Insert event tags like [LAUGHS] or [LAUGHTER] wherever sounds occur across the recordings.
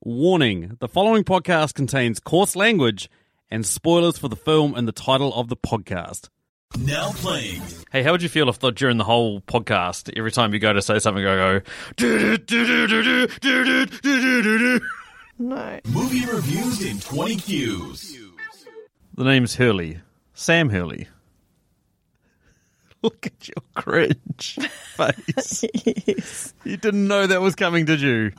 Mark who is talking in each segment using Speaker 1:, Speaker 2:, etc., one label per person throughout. Speaker 1: Warning the following podcast contains coarse language and spoilers for the film and the title of the podcast.
Speaker 2: Now playing.
Speaker 1: Hey, how would you feel if the, during the whole podcast, every time you go to say something, I go, "Do-do-do-do-do-do-do-do-do-do-do."
Speaker 3: No.
Speaker 2: Movie reviews in 20 cues.
Speaker 1: the name's Hurley, Sam Hurley. [LAUGHS] Look at your cringe [LAUGHS] face.
Speaker 3: Yes.
Speaker 1: You didn't know that was coming, did you?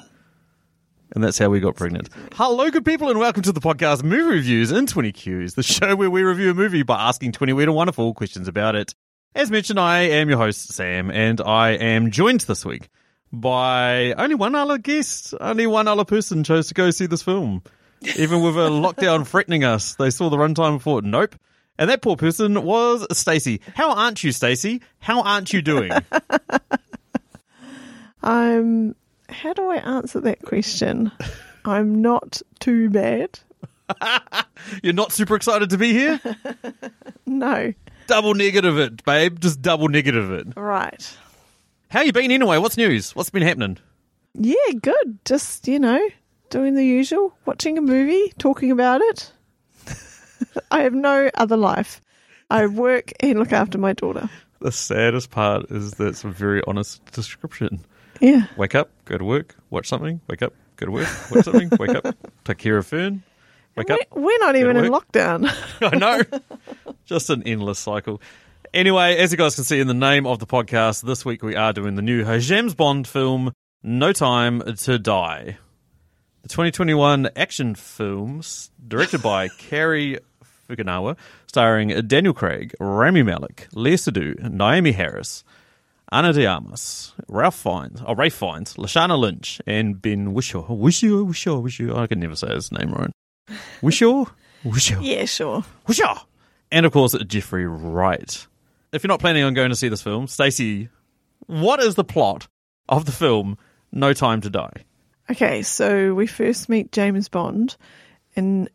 Speaker 1: And that's how we got pregnant. Hello, good people, and welcome to the podcast Movie Reviews in 20 Qs, the show where we review a movie by asking 20 weird and wonderful questions about it. As mentioned, I am your host, Sam, and I am joined this week by only one other guest. Only one other person chose to go see this film. Even with a lockdown [LAUGHS] threatening us, they saw the runtime and thought, nope. And that poor person was Stacey. How aren't you, Stacey? How aren't you [LAUGHS] doing?
Speaker 3: I'm. How do I answer that question? I'm not too bad.
Speaker 1: You're not super excited to be here?
Speaker 3: No.
Speaker 1: double negative it, babe. Just double negative it.
Speaker 3: Right.
Speaker 1: How you been anyway? What's news? What's been happening?
Speaker 3: Yeah, good. Just, you know, doing the usual, watching a movie, talking about it. I have no other life. I work and look after my daughter.
Speaker 1: The saddest part is that's a very honest description.
Speaker 3: Yeah.
Speaker 1: Wake up, go to work, watch something, wake up, go to work, watch something, wake up, take care of Fern, wake up.
Speaker 3: We- We're not even in
Speaker 1: work.
Speaker 3: lockdown.
Speaker 1: [LAUGHS] I know. Just an endless cycle. Anyway, as you guys can see in the name of the podcast, this week we are doing the new James Bond film, No Time to Die. The 2021 action films, directed by Carrie Fukunawa, starring Daniel Craig, Rami Malek, Leah Sadu, Naomi Harris, Anna de Armas, Ralph Fiennes, oh, Ray Fiennes, Lashana Lynch, and Ben Wishaw. Wishaw, Wishaw, Wishaw. I can never say his name right. Wishaw? Wishaw.
Speaker 3: yeah, sure.
Speaker 1: Whoosha! And of course, Jeffrey Wright. If you're not planning on going to see this film, Stacey, what is the plot of the film No Time to Die?
Speaker 3: Okay, so we first meet James Bond, and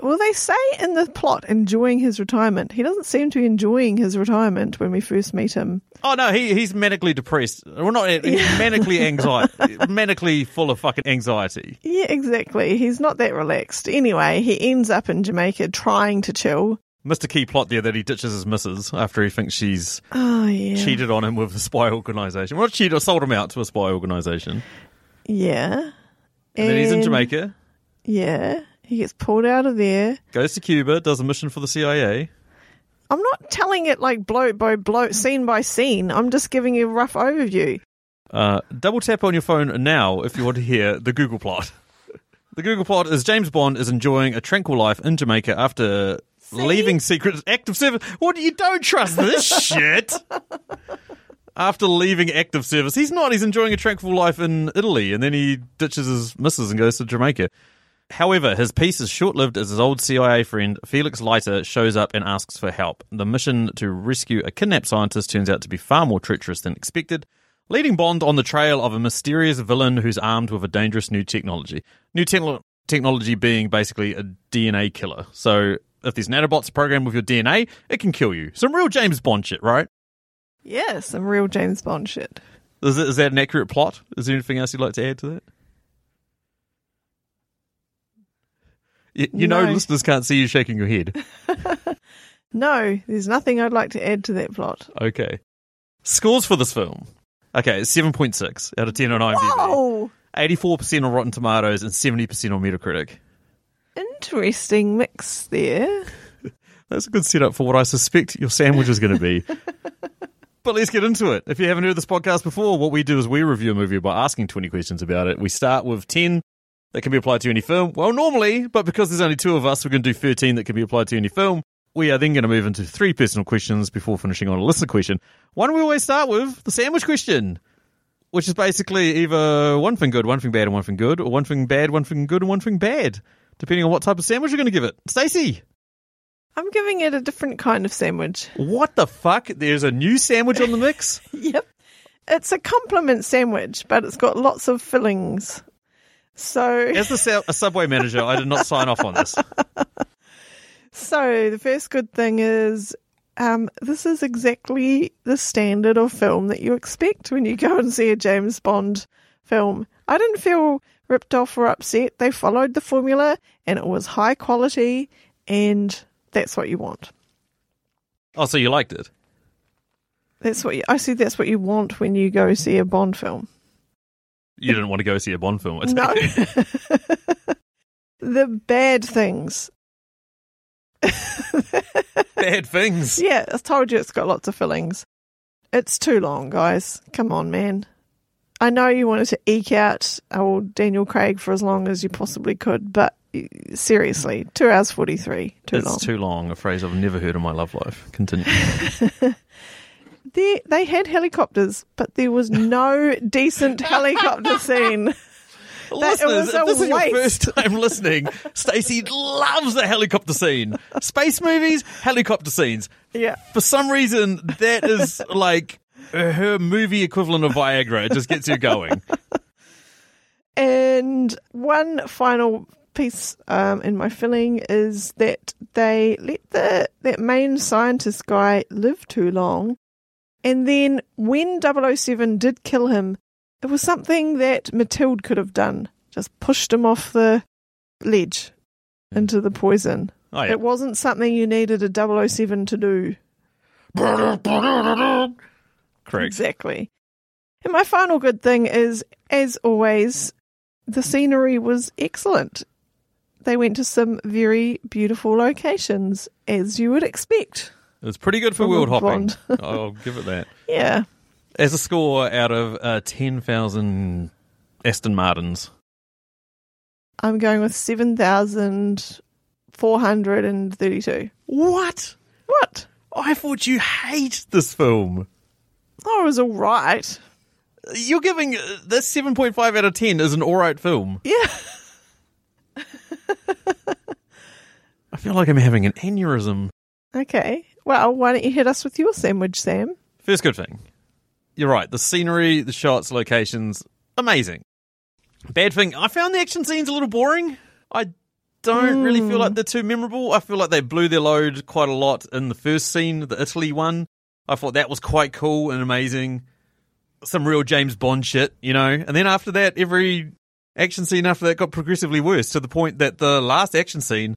Speaker 3: well, they say in the plot, enjoying his retirement. He doesn't seem to be enjoying his retirement when we first meet him.
Speaker 1: Oh no, he he's manically depressed. Well, not he's manically anxiety, manically full of fucking anxiety.
Speaker 3: Yeah, exactly. He's not that relaxed. Anyway, he ends up in Jamaica trying to chill.
Speaker 1: Missed a key plot there that he ditches his missus after he thinks she's
Speaker 3: Oh, yeah.
Speaker 1: cheated on him with a spy organization. Well, not cheated, or sold him out to a spy organization.
Speaker 3: Yeah.
Speaker 1: And, then he's in Jamaica,
Speaker 3: Yeah. He gets pulled out of there.
Speaker 1: goes to Cuba, does a mission for the CIA.
Speaker 3: I'm not telling it like blow by blow, scene by scene. I'm just giving you a rough overview.
Speaker 1: Uh, double tap on your phone now if you want to hear the Google plot. [LAUGHS] The Google plot is James Bond is enjoying a tranquil life in Jamaica after leaving secret active service. What you don't trust this shit? After leaving active service, he's not. He's enjoying a tranquil life in Italy, and then he ditches his missus and goes to Jamaica. However, his peace is short lived as his old CIA friend Felix Leiter shows up and asks for help. The mission to rescue a kidnapped scientist turns out to be far more treacherous than expected, leading Bond on the trail of a mysterious villain who's armed with a dangerous new technology. New techno- technology being basically a DNA killer. So, if there's nanobots programmed with your DNA, it can kill you. Some real James Bond shit, right?
Speaker 3: Yeah, some real James Bond shit.
Speaker 1: Is, it, is that an accurate plot? Is there anything else you'd like to add to that? You, you know,
Speaker 3: No.
Speaker 1: listeners can't see you shaking
Speaker 3: [LAUGHS]
Speaker 1: your head.
Speaker 3: No, there's nothing I'd like to add to that plot.
Speaker 1: Okay. Scores for this film. Okay, it's 7.6 out of 10 on IMDb.
Speaker 3: Whoa!
Speaker 1: 84% on Rotten Tomatoes and 70% on Metacritic.
Speaker 3: Interesting mix there.
Speaker 1: That's a good setup for what I suspect your sandwich is going to be. but let's get into it. If you haven't heard this podcast before, what we do is we review a movie by asking 20 questions about it. We start with 10 that can be applied to any film. Well, normally, but because there's only two of us, we're going to do 13 that can be applied to any film. We are then going to move into three personal questions before finishing on a listener question. Why don't we always start with the sandwich question? Which is basically either one thing good, one thing bad, and one thing good, or one thing bad, one thing good, and one thing bad, depending on what type of sandwich you're going to give it. Stacey!
Speaker 3: I'm giving it a different kind of sandwich. [LAUGHS]
Speaker 1: What the fuck? There's a new sandwich on the mix?
Speaker 3: Yep. It's a compliment sandwich, but it's got lots of fillings. So,
Speaker 1: As the sub- a subway manager, I did not sign off on this.
Speaker 3: so the first good thing is um, this is exactly the standard of film that you expect when you go and see a James Bond film. I didn't feel ripped off or upset. They followed the formula and it was high quality and that's what you want.
Speaker 1: Oh, so you liked it?
Speaker 3: That's what you, I see that's what you want when you go see a Bond film.
Speaker 1: You didn't want to go see a Bond film, I take
Speaker 3: No.
Speaker 1: it.
Speaker 3: [LAUGHS] the bad things.
Speaker 1: [LAUGHS] Bad things.
Speaker 3: Yeah, I told you it's got lots of fillings. It's too long, guys. Come on, man. I know you wanted to eke out old Daniel Craig for as long as you possibly could, but eh, seriously, two hours 43, too
Speaker 1: it's
Speaker 3: long.
Speaker 1: too long, a phrase I've never heard in my love life.
Speaker 3: [LAUGHS]
Speaker 1: Continue.
Speaker 3: They, they had helicopters, but there was
Speaker 1: [LAUGHS]
Speaker 3: no decent helicopter scene. That- it was
Speaker 1: Listeners,
Speaker 3: a
Speaker 1: if this is your
Speaker 3: waste.
Speaker 1: first time listening, Stacey loves the helicopter scene. Space movies, helicopter scenes.
Speaker 3: Yeah.
Speaker 1: For some reason, that is like her movie equivalent of Viagra. It just gets you going.
Speaker 3: And one final piece um, in my filling is that they let the that main scientist guy live too long. And then when 007 did kill him, it was something that Mathilde could have done. Just pushed him off the ledge into the poison.
Speaker 1: Hmm. Oh, yeah.
Speaker 3: It wasn't something you needed a 007 to do.
Speaker 1: Correct.
Speaker 3: Exactly. And my final good thing is, as always, the scenery was excellent. They went to some very beautiful locations, as you would expect.
Speaker 1: It's pretty good for
Speaker 3: From a
Speaker 1: world hopping.
Speaker 3: blonde.
Speaker 1: [LAUGHS] I'll give it that.
Speaker 3: Yeah.
Speaker 1: As a score out of uh, 10,000 Aston Martins.
Speaker 3: I'm going with 7,432.
Speaker 1: What?
Speaker 3: What?
Speaker 1: I thought you hate this film.
Speaker 3: Oh, it was all right.
Speaker 1: You're giving uh, this 7.5 out of 10 is an alright film.
Speaker 3: Yeah. [LAUGHS]
Speaker 1: I feel like I'm having an aneurysm.
Speaker 3: Okay. Well, why don't you hit us with your sandwich, Sam?
Speaker 1: First good thing. You're right. The scenery, the shots, locations, amazing. Bad thing, I found the action scenes a little boring. I don't really feel like they're too memorable. I feel like they blew their load quite a lot in the first scene, the Italy one. I thought that was quite cool and amazing. Some real James Bond shit, you know? And then after that, every action scene after that got progressively worse to the point that the last action scene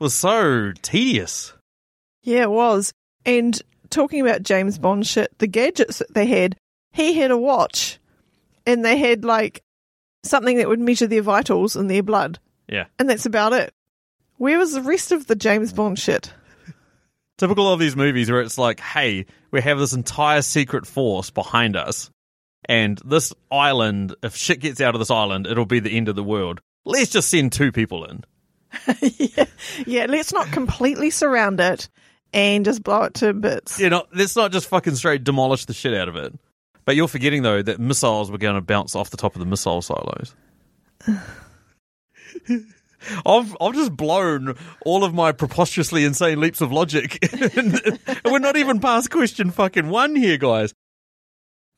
Speaker 1: was so tedious.
Speaker 3: Yeah, it was. And talking about James Bond shit, the gadgets that they had, he had a watch and they had like something that would measure their vitals and their blood.
Speaker 1: Yeah.
Speaker 3: And that's about it. Where was the rest of the James Bond shit? [LAUGHS]
Speaker 1: typical of these movies where it's like, hey, we have this entire secret force behind us, and this island, if shit gets out of this island, it'll be the end of the world. Let's just send two people in.
Speaker 3: yeah. yeah, let's not completely surround it and just blow it to bits.
Speaker 1: You know, let's not just fucking straight demolish the shit out of it. But you're forgetting, though, that missiles were going to bounce off the top of the missile silos. I've, I've just blown all of my preposterously insane leaps of logic. [LAUGHS] and we're not even past question fucking one here, guys.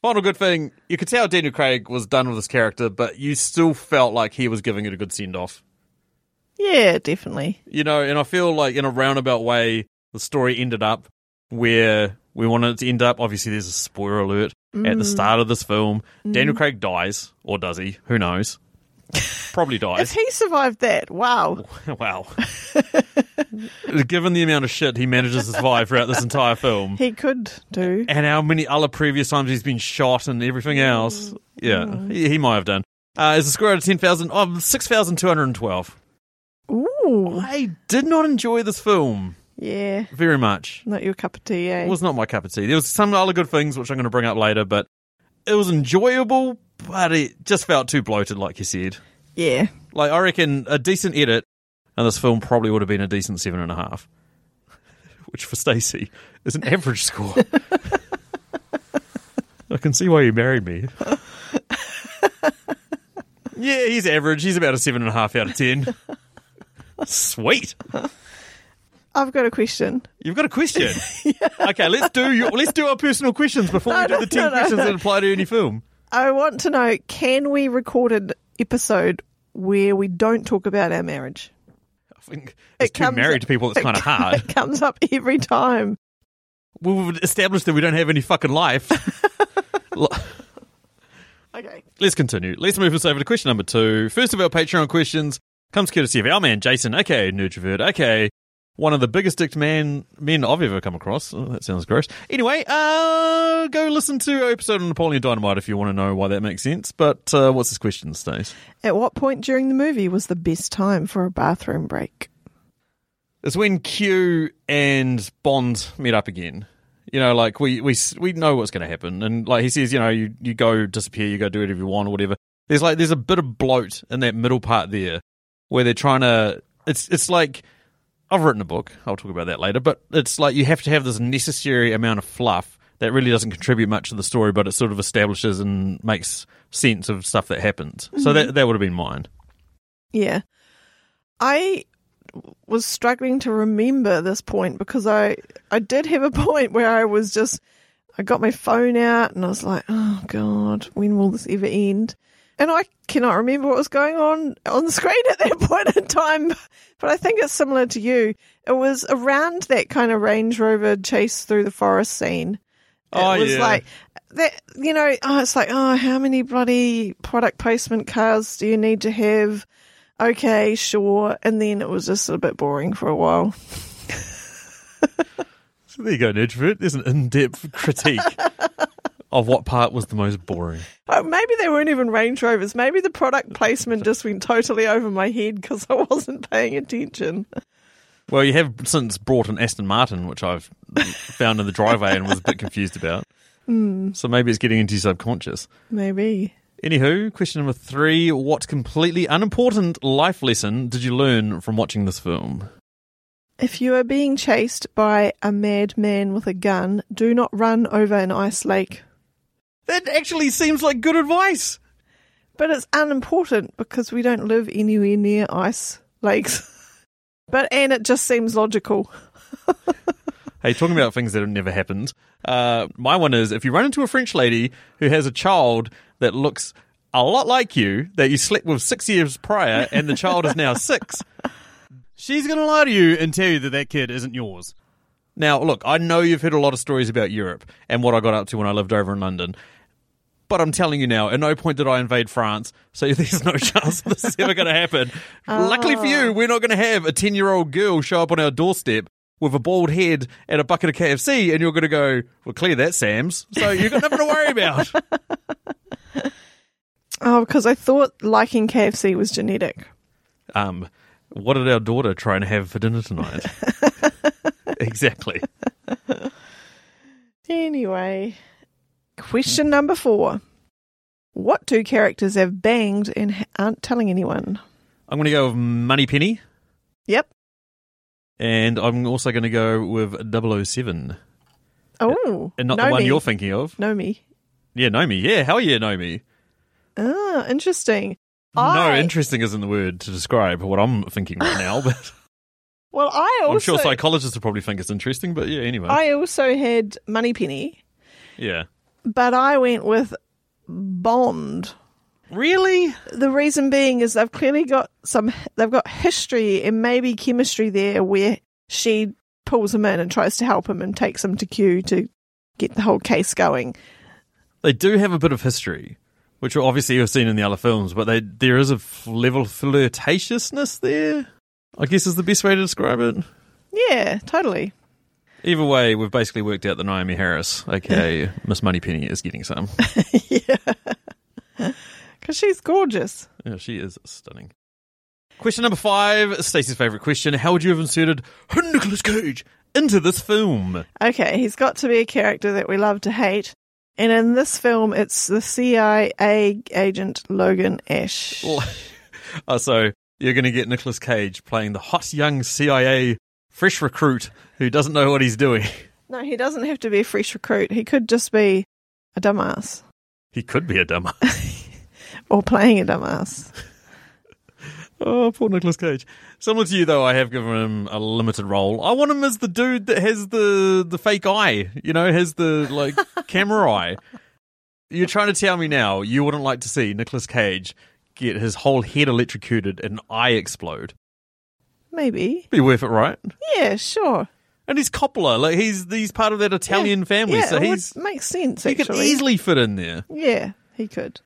Speaker 1: Final good thing, you could tell Daniel Craig was done with his character, but you still felt like he was giving it a good send off
Speaker 3: Yeah, definitely.
Speaker 1: you know, and I feel like in a roundabout way, the story ended up where we wanted it to end up. Obviously, there's a spoiler alert at the start of this film. Daniel Craig dies, or does he? Who knows? Probably
Speaker 3: If
Speaker 1: dies.
Speaker 3: he survived that, wow.
Speaker 1: [LAUGHS] wow. Given the amount of shit he manages to survive throughout this entire film,
Speaker 3: [LAUGHS] He could do.
Speaker 1: and how many other previous times he's been shot and everything else, yeah, he, he might have done. Uh, is the score out of 10,000? Oh, 6,212.
Speaker 3: Ooh.
Speaker 1: I did not enjoy this film
Speaker 3: Yeah.
Speaker 1: very much.
Speaker 3: Not your cup of tea, eh?
Speaker 1: It was not my cup of tea. There was some other good things which I'm going to bring up later, but it was enjoyable, but it just felt too bloated, like you said.
Speaker 3: yeah.
Speaker 1: Like I reckon a decent edit, and this film probably would have been a decent seven and a half, [LAUGHS] which for Stacey is an average score. [LAUGHS] I can see why you married me. [LAUGHS] yeah, he's average. He's about a seven and a half out of ten. [LAUGHS] Sweet.
Speaker 3: I've got a question.
Speaker 1: You've got
Speaker 3: [LAUGHS]
Speaker 1: a question. Okay, let's do your, let's do our personal questions before we
Speaker 3: No,
Speaker 1: do
Speaker 3: no,
Speaker 1: the
Speaker 3: no,
Speaker 1: ten
Speaker 3: no,
Speaker 1: questions
Speaker 3: no.
Speaker 1: that apply to any film.
Speaker 3: I want to know can we record an episode where we don't talk about our marriage?
Speaker 1: I think as two
Speaker 3: comes-
Speaker 1: married people, it's
Speaker 3: it [LAUGHS]
Speaker 1: kind of
Speaker 3: com-
Speaker 1: hard.
Speaker 3: It comes up every time. [LAUGHS]
Speaker 1: We've established that we don't have any fucking life. Li-
Speaker 3: I Okay.
Speaker 1: Let's continue. Let's move us over to question number two. First of our Patreon questions comes courtesy of our man Jason, aka Nerdrovert, aka one of the biggest dick man men I've ever come across. Oh, that sounds gross. Anyway, uh, go listen to our episode on Napoleon Dynamite if you want to know why that makes sense. But uh, what's his question, Stace?
Speaker 3: At what point during the movie was the best time for a bathroom break?
Speaker 1: It's when Q and Bond meet up again. You know, like we we we know what's going to happen, and like he says, you know, you you go disappear, you go do whatever you want or whatever. There's like there's a bit of bloat in that middle part there, where they're trying to. It's it's like I've written a book. I'll talk about that later, but it's like you have to have this necessary amount of fluff that really doesn't contribute much to the story, but it sort of establishes and makes sense of stuff that happens. So that that would have been mine.
Speaker 3: Yeah. I was struggling to remember this point because I I did have a [LAUGHS] point where I was just I got my phone out and I was like, "Oh god, when will this ever end?" And I cannot remember what was going on on the screen at that [LAUGHS] point in time, but I think it's similar to you. It was around that kind of Range Rover chase through the forest scene.
Speaker 1: Oh,
Speaker 3: it was
Speaker 1: yeah.
Speaker 3: like that you know, oh, it's like, oh, how many bloody product placement cars do you need to have? Okay, sure. And then it was just a bit boring for a while.
Speaker 1: So there you go, Nerdrovert. There's an in-depth [LAUGHS] critique of what part was the most boring.
Speaker 3: Uh, maybe they weren't even Range Rovers. Maybe the product [LAUGHS] placement just went totally over my head because I wasn't paying attention.
Speaker 1: Well, you have since brought an Aston Martin, which I've found in the driveway and was a bit confused about. So maybe it's getting into your subconscious.
Speaker 3: Maybe.
Speaker 1: Anywho, question number three What completely unimportant life lesson did you learn from watching this film?
Speaker 3: If you are being chased by a madman with a gun, do not run over an ice lake.
Speaker 1: That actually seems like good advice.
Speaker 3: But it's unimportant because we don't live anywhere near ice lakes. [LAUGHS] but and it just seems logical.
Speaker 1: Hey, talking about things that have never happened, uh, my one is if you run into a French lady who has a child that looks a lot like you that you slept with six years prior and the child is now six.
Speaker 4: She's going to lie to you and tell you that that kid isn't yours.
Speaker 1: Now, look, I know you've heard a lot of stories about Europe and what I got up to when I lived over in London, but I'm telling you now, at no point did I invade France, so [LAUGHS] there's no chance this is ever going to happen. Luckily for you, we're not going to have a 10 year old girl show up on our doorstep with a bald head and a bucket of KFC, and you're going to go, well, clear that, Sam's. So you've got nothing to worry about.
Speaker 3: Oh, because I thought liking KFC was genetic.
Speaker 1: Um, what did our daughter try and have for dinner tonight? exactly.
Speaker 3: Anyway, question number four. What two characters have banged and ha- aren't telling anyone?
Speaker 1: I'm going to go with Moneypenny,
Speaker 3: Yep.
Speaker 1: and I'm also going to go with 007.
Speaker 3: Oh,
Speaker 1: Uh, And not
Speaker 3: Nomi.
Speaker 1: the one you're thinking of.
Speaker 3: Nomi.
Speaker 1: Yeah, Nomi. Yeah, hell yeah, Nomi.
Speaker 3: Ah, interesting.
Speaker 1: No,
Speaker 3: I-
Speaker 1: interesting isn't the word to describe what I'm thinking right now, but
Speaker 3: [LAUGHS] Well, I also
Speaker 1: I'm sure psychologists will probably think it's interesting, but yeah, anyway.
Speaker 3: I also had Moneypenny,
Speaker 1: yeah.
Speaker 3: but I went with Bond.
Speaker 1: Really?
Speaker 3: The reason being is they've clearly got some they've got history and maybe chemistry there where she pulls him in and tries to help him and takes him to Q to get the whole case going.
Speaker 1: They do have a bit of history, which obviously you've seen in the other films, but they, there is a f- level of flirtatiousness there, I guess is the best way to describe it.
Speaker 3: Yeah, totally.
Speaker 1: Either way, we've basically worked out that Naomi Harris, okay,
Speaker 3: [LAUGHS]
Speaker 1: Miss Moneypenny, is getting some.
Speaker 3: yeah. Because she's gorgeous.
Speaker 1: Yeah, she is stunning. Question number five, Stacey's favourite question. How would you have inserted Nicolas Cage into this film?
Speaker 3: Okay, he's got to be a character that we love to hate. And in this film, it's the CIA agent Logan Ash.
Speaker 1: Oh, so you're going to get Nicolas Cage playing the hot young CIA fresh recruit who doesn't know what he's doing. [LAUGHS]
Speaker 3: No, he doesn't have to be a fresh recruit. He could just be a dumbass
Speaker 1: He could be a dumbass.
Speaker 3: or playing a dumbass.
Speaker 1: [LAUGHS] oh, poor Nicolas Cage. Similar to you, though, I have given him a limited role. I want him as the dude that has the, the fake eye, you know, has the,
Speaker 3: [LAUGHS]
Speaker 1: like, camera eye. You're trying to tell me now you wouldn't like to see Nicolas Cage get his whole head electrocuted and an eye explode.
Speaker 3: Maybe.
Speaker 1: Be worth it, right?
Speaker 3: Yeah, sure.
Speaker 1: And he's Coppola. Like he's he's part of that Italian
Speaker 3: Yeah.
Speaker 1: family,
Speaker 3: Yeah,
Speaker 1: so
Speaker 3: it would
Speaker 1: he's
Speaker 3: make sense,
Speaker 1: he
Speaker 3: actually.
Speaker 1: could easily fit in there.
Speaker 3: Yeah, he could.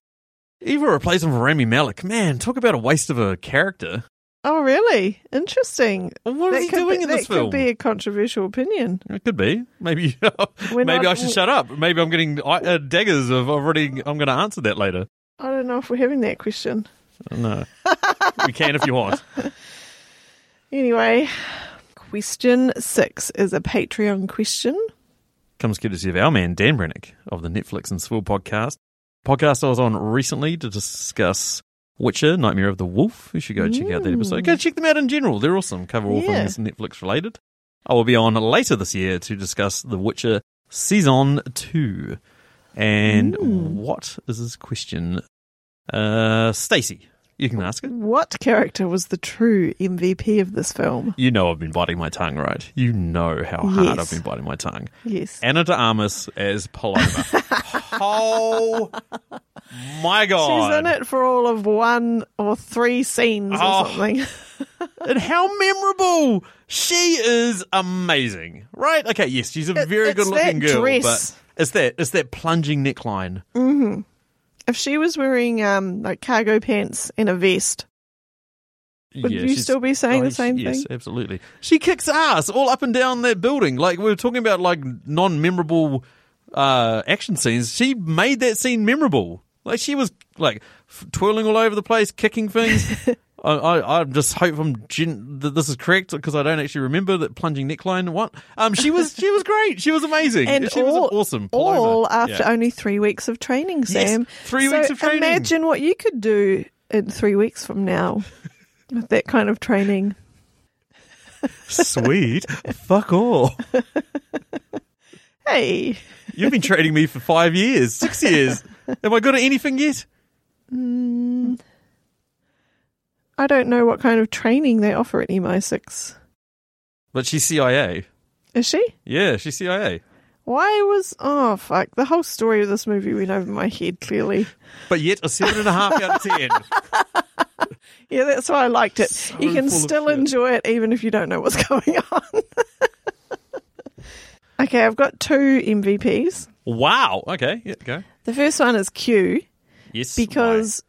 Speaker 1: Eva replaced him for Rami Malik. Man, talk about a waste of a character.
Speaker 3: Oh, really? Interesting.
Speaker 1: What
Speaker 3: That
Speaker 1: is he
Speaker 3: could
Speaker 1: doing
Speaker 3: be-
Speaker 1: in this
Speaker 3: that
Speaker 1: film?
Speaker 3: could be a controversial opinion.
Speaker 1: It could be. Maybe. [LAUGHS]
Speaker 3: We're
Speaker 1: maybe
Speaker 3: not-
Speaker 1: I should shut up. Maybe I'm getting I- uh, daggers of already. I'm going to answer that later.
Speaker 3: I don't know if we're having that question. [LAUGHS]
Speaker 1: No, we can if you want.
Speaker 3: Anyway, question six is a Patreon question.
Speaker 1: Comes courtesy of our man Dan Brennick of the Netflix and Swill podcast. Podcast I was on recently to discuss Witcher: Nightmare of the Wolf. You should go check out that episode. Go check them out in general. They're awesome. Cover all
Speaker 3: Mm. Yeah.
Speaker 1: things Netflix related. I will be on later this year to discuss The Witcher season two. And what is this question? Uh, Stacy, you can ask it.
Speaker 3: What character was the true MVP of this film?
Speaker 1: You know I've been biting my tongue, right? You know how hard
Speaker 3: Yes.
Speaker 1: I've been biting my tongue.
Speaker 3: Yes.
Speaker 1: Anna de Armas
Speaker 3: [LAUGHS]
Speaker 1: as Paloma. oh my god!
Speaker 3: She's in it for all of one or three scenes or
Speaker 1: Oh.
Speaker 3: something. [LAUGHS]
Speaker 1: And how memorable! She is amazing, right? Okay, yes, she's a
Speaker 3: It-
Speaker 1: very
Speaker 3: it's
Speaker 1: good-looking
Speaker 3: that
Speaker 1: girl,
Speaker 3: dress.
Speaker 1: but it's that it's that plunging neckline.
Speaker 3: Mm-hmm. If she was wearing um, like cargo pants and a vest, Would you
Speaker 1: she's-
Speaker 3: still be saying the
Speaker 1: she-
Speaker 3: same
Speaker 1: yes,
Speaker 3: thing?
Speaker 1: absolutely. She kicks ass all up and down that building. Like we were talking about, like non-memorable uh, action scenes. She made that scene memorable. Like she was like f- twirling all over the place, kicking things.
Speaker 3: [LAUGHS]
Speaker 1: I, I, I just hope I'm gen- that this is correct because I don't actually remember that plunging neckline. What? Um, she was she was great. She was amazing.
Speaker 3: and
Speaker 1: she
Speaker 3: all
Speaker 1: was an awesome. Paloma.
Speaker 3: all after
Speaker 1: Yeah.
Speaker 3: only three weeks of training,
Speaker 1: Yes,
Speaker 3: Sam.
Speaker 1: three
Speaker 3: So
Speaker 1: weeks of training.
Speaker 3: Imagine what you could do in three weeks from
Speaker 1: [LAUGHS]
Speaker 3: now with that kind of training.
Speaker 1: [LAUGHS] sweet.
Speaker 3: [LAUGHS]
Speaker 1: Fuck all.
Speaker 3: Hey,
Speaker 1: You've been trading me for five years,
Speaker 3: [LAUGHS]
Speaker 1: six years. Am I good at anything yet?
Speaker 3: I don't know what kind of training they offer at E MI6.
Speaker 1: But she's CIA.
Speaker 3: Is she?
Speaker 1: Yeah, she's CIA.
Speaker 3: Why was oh fuck the whole story of this movie went over my head clearly.
Speaker 1: But yet a seven and a half out of ten.
Speaker 3: Yeah, that's why I liked it. you can
Speaker 1: full of
Speaker 3: still
Speaker 1: shit.
Speaker 3: enjoy it even if you don't know what's [LAUGHS] going on. okay, I've got two MVPs.
Speaker 1: Wow. Okay. Yeah, go.
Speaker 3: The first one is Q
Speaker 1: Yes.
Speaker 3: because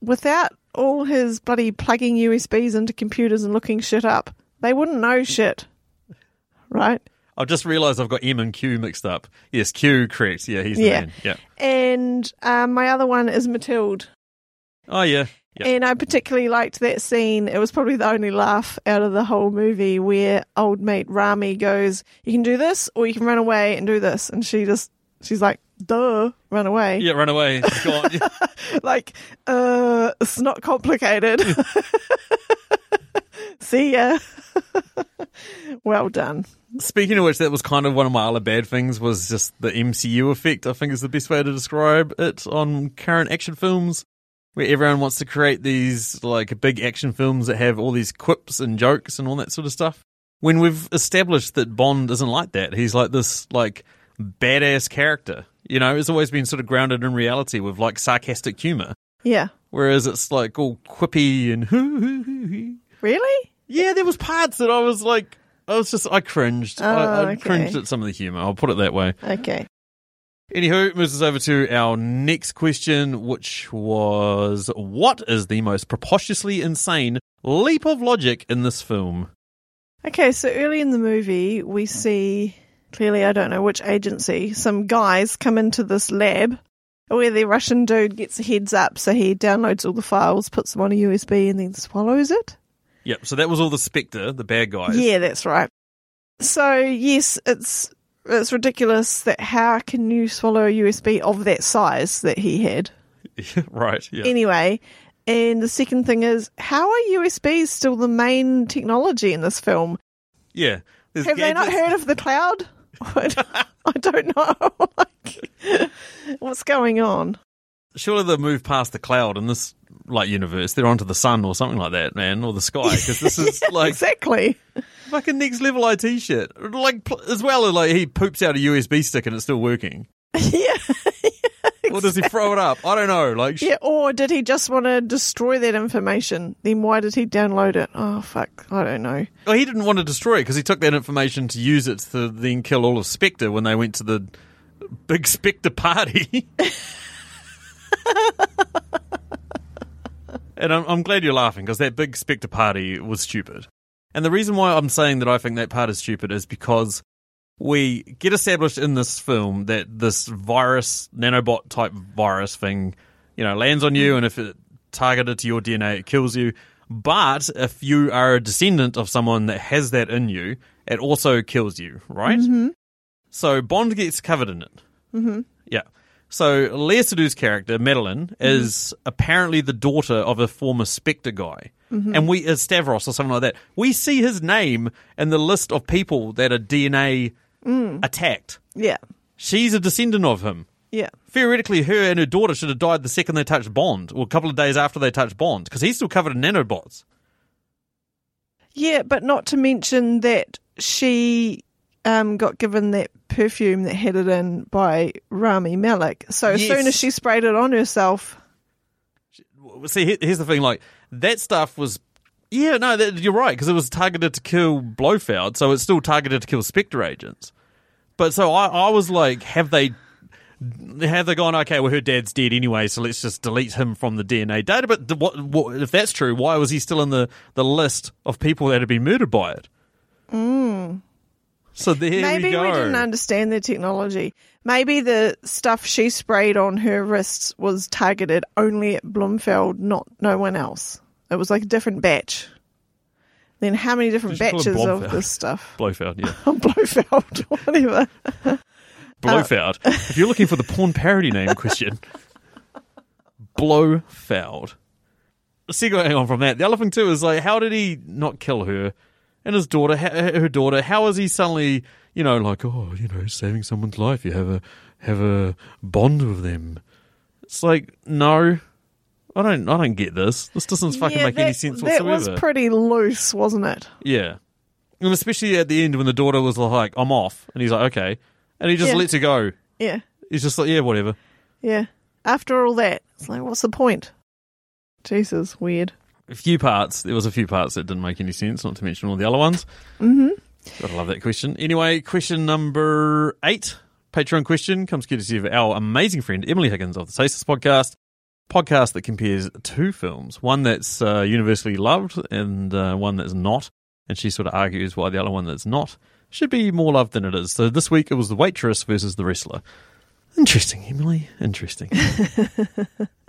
Speaker 3: without all his bloody plugging USBs into computers and looking shit up, they wouldn't know shit. Right?
Speaker 1: why. I've just realised I've got M and Q mixed up. Yes, Q. Correct. Yeah, he's the
Speaker 3: Yeah.
Speaker 1: man. Yeah.
Speaker 3: And um, my other one is Matilde.
Speaker 1: Oh yeah. Yeah.
Speaker 3: And I particularly liked that scene. It was probably the only laugh out of the whole movie where old mate Rami goes, You can do this or you can run away and do this. And she just, she's like, Duh, run away.
Speaker 1: Yeah. Run away. Go on.
Speaker 3: [LAUGHS] Like, uh, it's not
Speaker 1: [LAUGHS]
Speaker 3: complicated. [LAUGHS] See ya. [LAUGHS] well done.
Speaker 1: Speaking of which, that was kind of one of my other bad things was just the MCU effect. I think is the best way to describe it on current action films, where everyone wants to create these like big action films that have all these quips and jokes and all that sort of stuff. When we've established that Bond isn't like that, he's like this like badass character. You know, it's always been sort of grounded in reality with like sarcastic humor,
Speaker 3: Yeah.
Speaker 1: whereas it's like all quippy and [LAUGHS] hoo hoo hoo hoo.
Speaker 3: Really?
Speaker 1: Yeah, there was parts that I was like, I was just, I cringed. I,
Speaker 3: Oh,
Speaker 1: I
Speaker 3: okay.
Speaker 1: cringed at some of the humour. I'll put it that way.
Speaker 3: Okay.
Speaker 1: Anywho, moves us over to our next question, which was, what is the most preposterously insane leap of logic in this film?
Speaker 3: Okay, so early in the movie, we see clearly, I don't know which agency, some guys come into this lab where the Russian dude gets a heads up. So he downloads all the files, puts them on a USB, and then swallows it.
Speaker 1: Yep. So that was all the Spectre, the bad guys.
Speaker 3: Yeah, that's right. So, yes, it's. It's ridiculous that how can you swallow a USB of that size that he had?
Speaker 1: [LAUGHS] right. Yeah.
Speaker 3: Anyway, and the second thing is, how are USBs still the main technology in this film?
Speaker 1: yeah. There's
Speaker 3: Have they not
Speaker 1: gadgets-
Speaker 3: heard of the cloud? [LAUGHS] I don't know. [LAUGHS] like, what's going on?
Speaker 1: Surely they've moved past the cloud in this like universe. They're onto the sun or something like that, man, or the sky. Because
Speaker 3: [LAUGHS]
Speaker 1: this is like
Speaker 3: exactly.
Speaker 1: fucking next level IT shit. Like pl- as well as like he poops out a USB stick and it's still working.
Speaker 3: [LAUGHS] yeah.
Speaker 1: Or does he throw it up? I don't know. Like sh-
Speaker 3: yeah. Or did he just want to destroy that information? Then why did he download it? Oh fuck, I don't know.
Speaker 1: oh, he didn't want to destroy it because he took that information to use it to then kill all of Spectre when they went to the big Spectre party. [LAUGHS] And I'm, I'm glad you're laughing because that big Spectre party was stupid. And the reason why I'm saying that I think that part is stupid is because we get established in this film that this virus, nanobot type virus thing, you know, lands on you, and if it targeted to your DNA, it kills you. But if you are a descendant of someone that has that in you, it also kills you, right? Mm-hmm. So Bond gets covered in it. Mm-hmm. Mm-hmm. Yeah. So Leia Sedue's character, Madeline, is apparently the daughter of a former Spectre guy. And we, as Stavros or something like that, we see his name in the list of people that are DNA attacked.
Speaker 3: Yeah.
Speaker 1: She's a descendant of him.
Speaker 3: Yeah.
Speaker 1: Theoretically, her and her daughter should have died the second they touched Bond, or a couple of days after they touched Bond, because he's still covered in nanobots.
Speaker 3: Yeah, but not to mention that she um, got given that perfume that had it in by Rami Malek. So as
Speaker 1: Yes.
Speaker 3: soon as she sprayed it on herself,
Speaker 1: see here- here's the thing like that stuff was yeah no that, you're right because it was targeted to kill blofeld so it's still targeted to kill spectre agents but so i, I was like have they have they gone okay well her dad's dead anyway so let's just delete him from the dna data but th- what, what, if that's true why was he still in the, the list of people that had been murdered by it so there
Speaker 3: Hmm. maybe
Speaker 1: we go
Speaker 3: didn't understand the technology. Maybe the stuff she sprayed on her wrists was targeted only at Blumfeld, not no one else. It was like a different batch. Then how many different
Speaker 1: Did you call it
Speaker 3: batches of
Speaker 1: Blomfeld?
Speaker 3: this stuff? [LAUGHS]
Speaker 1: blofeld yeah
Speaker 3: Blofeld, [LAUGHS] whatever.
Speaker 1: Blofeld.
Speaker 3: Oh.
Speaker 1: [LAUGHS] if you're looking for the porn parody name question, Blofeld. Segueing on from that, the other thing too is like, how did he not kill her and his daughter, ha- her daughter? How is he suddenly, you know, like, oh, you know, saving someone's life? You have a have a bond with them. It's like, no, I don't, I don't get this. This doesn't fucking
Speaker 3: Yeah,
Speaker 1: make any
Speaker 3: that-
Speaker 1: sense
Speaker 3: That
Speaker 1: whatsoever.
Speaker 3: was pretty loose, wasn't it?
Speaker 1: Yeah. And especially at the end when the daughter was like, I'm off. And he's like, okay. And he just
Speaker 3: Yeah.
Speaker 1: lets her go.
Speaker 3: Yeah,
Speaker 1: He's just like, yeah, whatever.
Speaker 3: yeah. After all that, it's like, what's the point? Jesus, weird.
Speaker 1: a few parts. There was a few parts that didn't make any sense. Not to mention all the other ones. Mm-hmm. Gotta love that question. Anyway, question number eight, Patreon question comes courtesy of our amazing friend Emily Higgins of the Tasteless Podcast, podcast that compares two films, one that's uh, universally loved and uh, one that's not. And she sort of argues why the other one that's not should be more loved than it is. So this week it was The Waitress versus The Wrestler. Interesting, Emily. Interesting. [LAUGHS]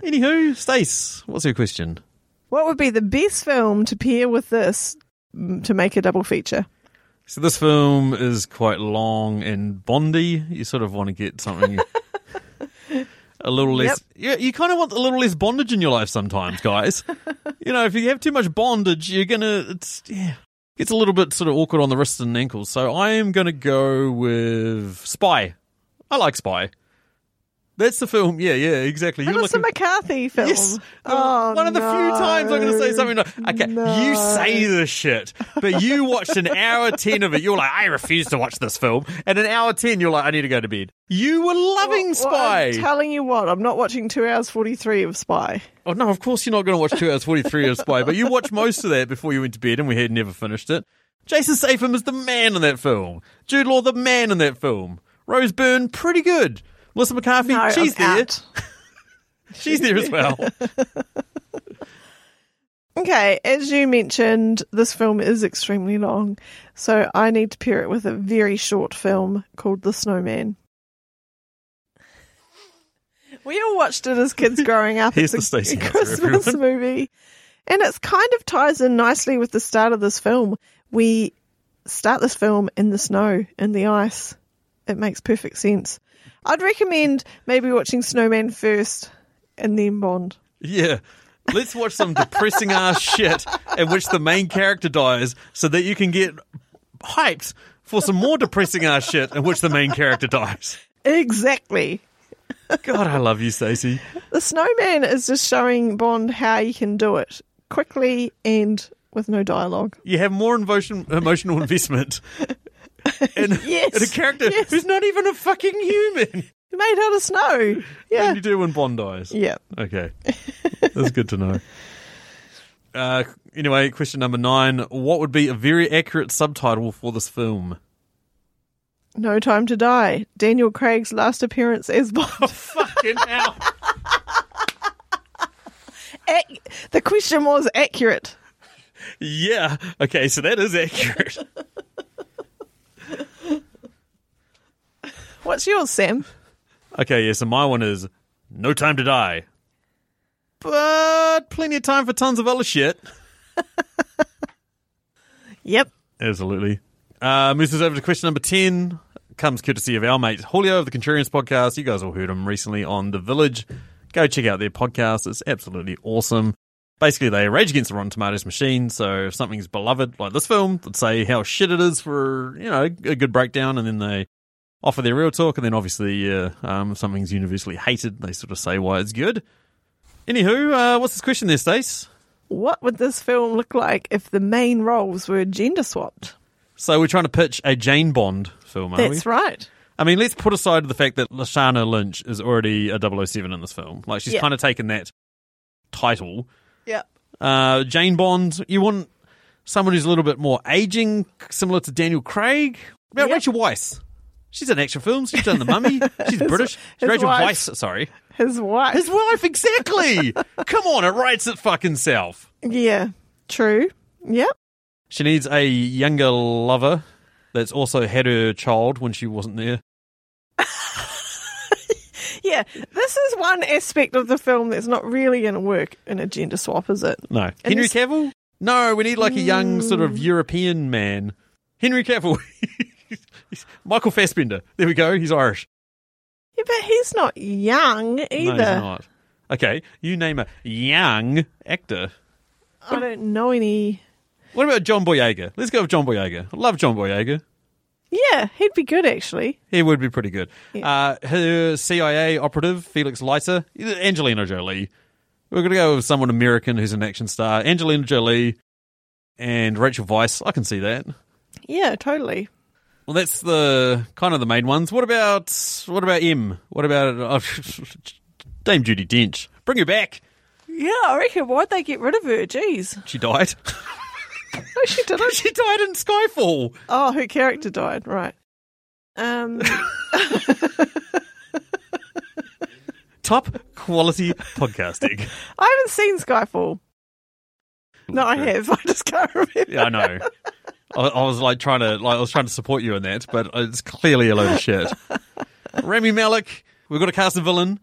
Speaker 1: Anywho, Stace, what's your question?
Speaker 3: [LAUGHS] What would be the best film to pair with this mm, to make a double feature?
Speaker 1: So this film is quite long and bondy. You sort of want to get something a little less. Yeah, you kind of want a little less bondage in your life sometimes, guys. you know, if you have too much bondage, you're gonna it's yeah, it's a little bit sort of awkward on the wrists and ankles. So I am gonna go with Spy. I like Spy. That's the film. Yeah, yeah, exactly.
Speaker 3: That
Speaker 1: You're
Speaker 3: was a McCarthy film.
Speaker 1: Yes.
Speaker 3: Oh,
Speaker 1: One of the few times I'm going to say
Speaker 3: no.
Speaker 1: something. Like, okay, you
Speaker 3: No.
Speaker 1: say this shit, but you watched
Speaker 3: [LAUGHS]
Speaker 1: an hour 10 of it. You're like, I refuse to watch this film. And an hour 10, you're like, I need to go to bed. You were loving
Speaker 3: Well,
Speaker 1: Spy.
Speaker 3: I'm telling you what, I'm not watching two hours forty three of Spy.
Speaker 1: oh, no, of course you're not going to watch 2 hours 43 of Spy, but you watched most of that before you went to bed, and we had never finished it. Jason Statham is the man in that film. Jude Law, the man in that film. Rose Byrne, pretty good. Melissa McCarthy,
Speaker 3: No,
Speaker 1: she's
Speaker 3: I'm
Speaker 1: there.
Speaker 3: out.
Speaker 1: She's there as well.
Speaker 3: [LAUGHS] Okay, as you mentioned, this film is extremely long, so I need to pair it with a very short film called The Snowman. We all watched it as
Speaker 1: [LAUGHS]
Speaker 3: kids growing up.
Speaker 1: Here's
Speaker 3: It's
Speaker 1: the
Speaker 3: a
Speaker 1: Stacey answer,
Speaker 3: Christmas [LAUGHS] movie. And it's kind of ties in nicely with the start of this film. We start this film in the snow, in the ice. It makes perfect sense. I'd recommend maybe watching Snowman first and then Bond.
Speaker 1: Yeah. Let's watch some depressing ass shit in which the main character dies so that you can get hyped for some more depressing ass shit in which the main character dies.
Speaker 3: Exactly.
Speaker 1: God, I love you, Stacey.
Speaker 3: The snowman is just showing Bond how you can do it quickly and with no dialogue.
Speaker 1: You have more emotion, emotional investment in,
Speaker 3: Yes,
Speaker 1: in a character who's not even a fucking human
Speaker 3: Made out of
Speaker 1: [LAUGHS]
Speaker 3: snow.
Speaker 1: than
Speaker 3: Yeah.
Speaker 1: you do when Bond dies.
Speaker 3: Yeah.
Speaker 1: Okay. That's good to know. Uh, anyway, question number nine. What would be a very accurate subtitle for this film?
Speaker 3: No Time to Die. Daniel Craig's
Speaker 1: [LAUGHS] Oh,
Speaker 3: last appearance as Bond.
Speaker 1: Fucking hell.
Speaker 3: [LAUGHS] ac- the question was accurate.
Speaker 1: Yeah. Okay, so that is accurate.
Speaker 3: What's yours, Sam?
Speaker 1: okay, yeah, so my one is no time to die. But plenty of time for tons of other shit.
Speaker 3: Yep.
Speaker 1: Absolutely. Uh, moves us over to question number 10. Comes courtesy of our mate Julio of the Contrarians podcast. You guys all heard him recently on The Village. Go check out their podcast. It's absolutely awesome. Basically, they rage against the Rotten Tomatoes machine. So if something's beloved, like this film, they'd say how shit it is for, you know, a good breakdown. And then they offer their real talk. And then obviously, uh, um, if something's universally hated, they sort of say why it's good. Anywho, uh, what's this question there, Stace?
Speaker 3: What would this film look like if the main roles were gender swapped?
Speaker 1: So we're trying to pitch a Jane Bond film, are we?
Speaker 3: That's right.
Speaker 1: I mean, let's put aside the fact that Lashana Lynch is already a 007 in this film. Like, she's
Speaker 3: Yeah.
Speaker 1: kind of taken that title.
Speaker 3: Yep.
Speaker 1: Uh, Jane Bond, you want someone who's a little bit more aging, similar to Daniel Craig? What about
Speaker 3: Yeah.
Speaker 1: Rachel Weisz? She's in action films. She's done
Speaker 3: [LAUGHS]
Speaker 1: The Mummy. She's British.
Speaker 3: his
Speaker 1: Rachel
Speaker 3: wife.
Speaker 1: Weisz, sorry.
Speaker 3: His wife.
Speaker 1: His
Speaker 3: [LAUGHS]
Speaker 1: wife, exactly. Come on, it writes it fucking self.
Speaker 3: yeah. True. Yep.
Speaker 1: She needs a younger lover that's also had her child when she wasn't there.
Speaker 3: Yeah. This is one aspect of the film that's not really going to work in a gender swap, is it?
Speaker 1: No. Henry
Speaker 3: this- Mm.
Speaker 1: Cavill? No, we need like a young sort of European man. Henry Cavill. [LAUGHS] Michael Fassbender. There we go. He's Irish.
Speaker 3: Yeah, but he's not young either.
Speaker 1: No, he's not. Okay, you name a young actor.
Speaker 3: I don't know any.
Speaker 1: What about John Boyega? Let's go with John Boyega. I love John Boyega.
Speaker 3: Yeah, he'd be good actually.
Speaker 1: He would be pretty good. Uh, her CIA operative, Felix Leiter, Angelina Jolie. We're going to go with someone American who's an action star. Angelina Jolie and Rachel Weisz. I can see that.
Speaker 3: Yeah, totally.
Speaker 1: Well, that's the kind of the main ones. What about what about M? What about [LAUGHS] oh, Dame Judy Dench? Bring her back.
Speaker 3: Yeah, I reckon why'd they get rid of her? Jeez.
Speaker 1: She died. [LAUGHS]
Speaker 3: No, she [LAUGHS] didn't.
Speaker 1: she died in Skyfall.
Speaker 3: oh, her character died. Right. [LAUGHS] Um.
Speaker 1: Top quality podcasting.
Speaker 3: I haven't seen Skyfall. No, I have. [LAUGHS] I just can't remember.
Speaker 1: Yeah, I know. I, I was like trying to like I was trying to support you in that, but it's clearly a load of shit. [LAUGHS] Remy Malik. We've got to cast a villain.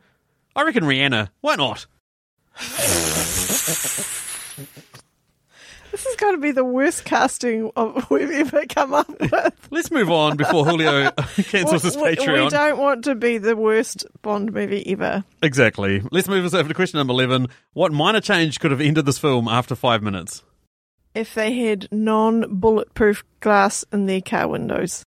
Speaker 1: I reckon Rihanna. Why not?
Speaker 3: This is going to be the worst casting of [LAUGHS] we've ever come up with.
Speaker 1: Let's move on before Julio [LAUGHS] cancels his
Speaker 3: We- we-
Speaker 1: Patreon.
Speaker 3: We don't want to be the worst Bond movie ever.
Speaker 1: Exactly. Let's move us over to question number 11. What minor change could have ended this film after five minutes?
Speaker 3: If they had non bulletproof glass in their car windows.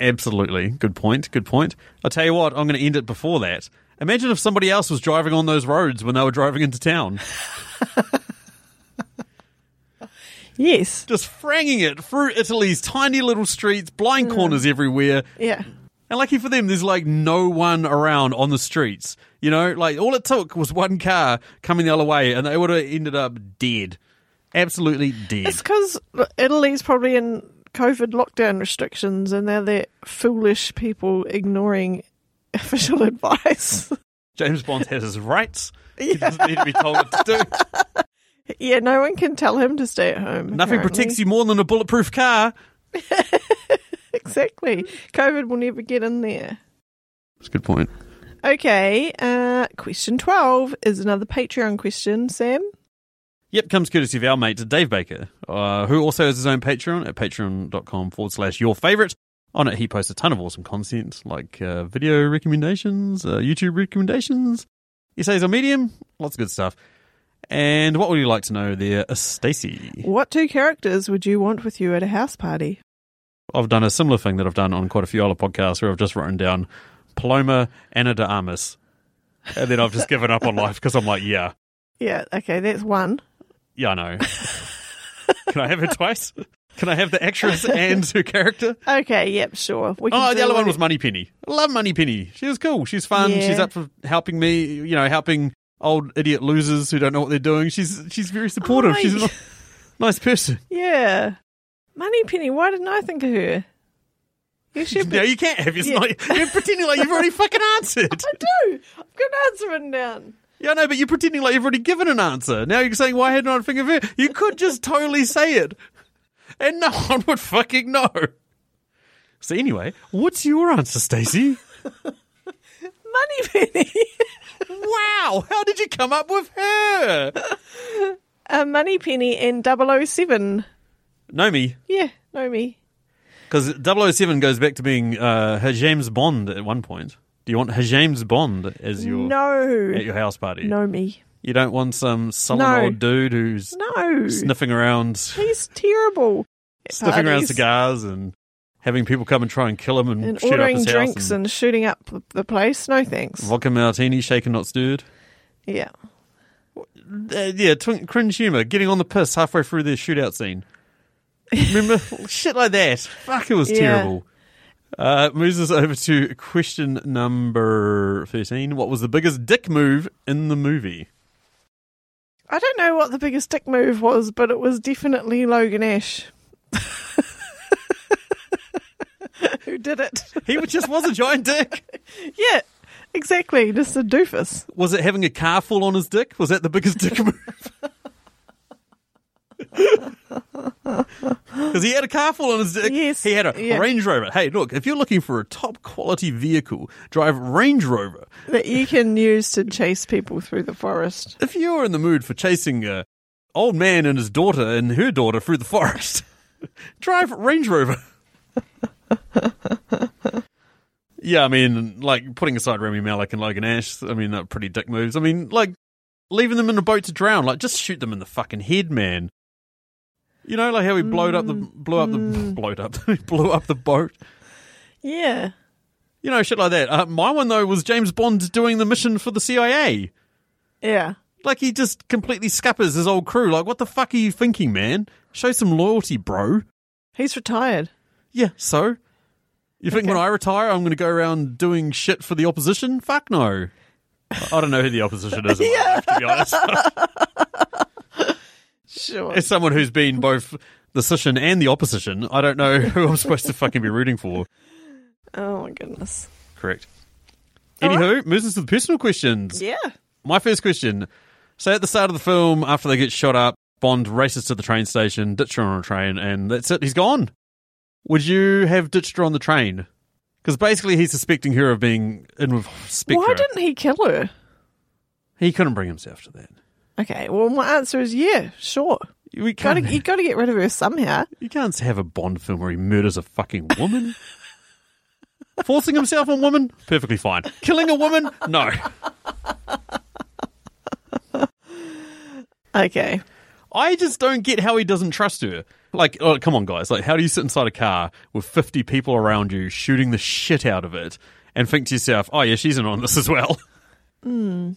Speaker 1: Absolutely. Good point. Good point. I'll tell you what, I'm going to end it before that. Imagine if somebody else was driving on those roads when they were driving into town, [LAUGHS]
Speaker 3: Yes.
Speaker 1: just franging it through Italy's tiny little streets, blind corners everywhere.
Speaker 3: Yeah.
Speaker 1: And lucky for them, there's like no one around on the streets. You know, like all it took was one car coming the other way, and they would have ended up dead. Absolutely dead.
Speaker 3: It's because Italy's probably in COVID lockdown restrictions and they're that foolish people ignoring [LAUGHS] official advice.
Speaker 1: James Bond has his rights. He doesn't need to be told what to do.
Speaker 3: yeah, no one can tell him to stay at home.
Speaker 1: Nothing protects you more than a bulletproof car.
Speaker 3: Exactly. COVID will never get in there.
Speaker 1: That's a good point.
Speaker 3: Okay, uh, question 12 is another Patreon question, Sam.
Speaker 1: Yep, comes courtesy of our mate Dave Baker, uh, who also has his own Patreon at patreon.com forward slash your favorite. On it, he posts a ton of awesome content like uh, video recommendations, uh, YouTube recommendations, essays on Medium, lots of good stuff. And what would you like to know there, uh, Stacey?
Speaker 3: What two characters would you want with you at a house party?
Speaker 1: I've done a similar thing that I've done on quite a few other podcasts where I've just written down Paloma, Anna de Armas. And then I've just given up on life because I'm like, yeah,
Speaker 3: Yeah, okay, that's one.
Speaker 1: yeah,
Speaker 3: [LAUGHS]
Speaker 1: I know. Can I have her twice? Can I have the actress and her character?
Speaker 3: Okay, yep, sure. We can
Speaker 1: Oh, the
Speaker 3: do
Speaker 1: other one
Speaker 3: it.
Speaker 1: was Money Penny. I love Money Penny. She was cool. She's fun.
Speaker 3: Yeah.
Speaker 1: She's up for helping me, you know, helping old idiot losers who don't know what they're doing. She's she's very supportive.
Speaker 3: Oh,
Speaker 1: She's a
Speaker 3: yeah.
Speaker 1: ni- nice person.
Speaker 3: Yeah. Money Penny, why didn't I think of her? You should
Speaker 1: [LAUGHS]
Speaker 3: be.
Speaker 1: No, you can't have. It's
Speaker 3: Yeah.
Speaker 1: not. You're pretending like you've already fucking answered.
Speaker 3: I do. I've got an answer written down.
Speaker 1: Yeah, no, but you're pretending like you've already given an answer. Now you're saying, why hadn't I think of it? You could just totally say it. And no [LAUGHS] one would fucking know. So anyway, what's your answer, Stacey?
Speaker 3: Money [LAUGHS] penny.
Speaker 1: wow, how did you come up with her?
Speaker 3: a Uh, money penny and 007.
Speaker 1: Nomi,
Speaker 3: Yeah, know me.
Speaker 1: because 007 goes back to being uh, her James Bond at one point. Do you want her James Bond as your at
Speaker 3: No.
Speaker 1: your house party?
Speaker 3: Know me.
Speaker 1: You don't want some sullen
Speaker 3: No.
Speaker 1: old dude who's
Speaker 3: No.
Speaker 1: sniffing around
Speaker 3: He's terrible. at
Speaker 1: sniffing around
Speaker 3: parties
Speaker 1: cigars and having people come and try and kill him and,
Speaker 3: And
Speaker 1: shoot up his
Speaker 3: ordering
Speaker 1: house
Speaker 3: drinks and... shooting up the- the place. No thanks.
Speaker 1: vodka martini shaken not stirred.
Speaker 3: Yeah.
Speaker 1: Uh, yeah, tw- cringe humor, getting on the piss halfway through their shootout scene. Remember
Speaker 3: [LAUGHS]
Speaker 1: shit like that? Fuck, it was
Speaker 3: Yeah.
Speaker 1: terrible. Uh, moves us over to question number thirteen. What was the biggest dick move in the movie?
Speaker 3: I don't know what the biggest dick move was, but it was definitely Logan Ash. [LAUGHS] Who did it?
Speaker 1: He was- just was a giant dick.
Speaker 3: Yeah, exactly. Just a doofus.
Speaker 1: Was it having a car fall on his dick? Was that the biggest dick move? [LAUGHS] Because he had a car fall on his dick.
Speaker 3: Yes,
Speaker 1: He had a
Speaker 3: yeah.
Speaker 1: Range Rover. Hey, look, if you're looking for a top quality vehicle, drive Range Rover.
Speaker 3: That you can use to chase people through the forest.
Speaker 1: If you're in the mood for chasing a old man and his daughter and her daughter through the forest, [LAUGHS] drive Range Rover. [LAUGHS] yeah, I mean, like putting aside Remy Malik and Logan Ash, I mean, they're pretty dick moves. I mean, like leaving them in a boat to drown, like just shoot them in the fucking head, man. You know, like how he blowed up the blew up the [LAUGHS] blowed up he blew up the boat.
Speaker 3: Yeah.
Speaker 1: You know, shit like that. Uh, my one though was James Bond doing the mission for the CIA.
Speaker 3: Yeah.
Speaker 1: Like he just completely scuppers his old crew. Like, what the fuck are you thinking, man? Show some loyalty, bro.
Speaker 3: He's retired.
Speaker 1: Yeah, so you think
Speaker 3: Okay.
Speaker 1: when I retire, I'm going to go around doing shit for the opposition? Fuck no. I- I don't know who the opposition
Speaker 3: [LAUGHS]
Speaker 1: is. in my life, to be honest, [LAUGHS]
Speaker 3: Sure.
Speaker 1: as someone who's been both the session and the opposition, I don't know [LAUGHS] who I'm supposed to fucking be rooting for.
Speaker 3: Oh my goodness.
Speaker 1: Correct.
Speaker 3: All right.
Speaker 1: Anywho, moves us to the personal questions.
Speaker 3: Yeah.
Speaker 1: My first question. So at the start of the film, after they get shot up, Bond races to the train station, ditched her on a train, and that's it. He's gone. Would you have ditched her on the train? Because basically, he's suspecting her of being in with Spectre.
Speaker 3: Why didn't he kill her?
Speaker 1: he couldn't bring himself to that?
Speaker 3: Okay. Well, my answer is yeah. Sure.
Speaker 1: We can't.
Speaker 3: Got to you got to get rid of her somehow.
Speaker 1: you can't have a Bond film where he murders a fucking
Speaker 3: [LAUGHS]
Speaker 1: woman. Forcing himself on women, perfectly fine. Killing a woman, no.
Speaker 3: Okay.
Speaker 1: I just don't get how he doesn't trust her. Like, oh, come on, guys. Like, how do you sit inside a car with 50 people around you shooting the shit out of it and think to yourself, oh, yeah, she's in on this as well? [LAUGHS]
Speaker 3: Hmm.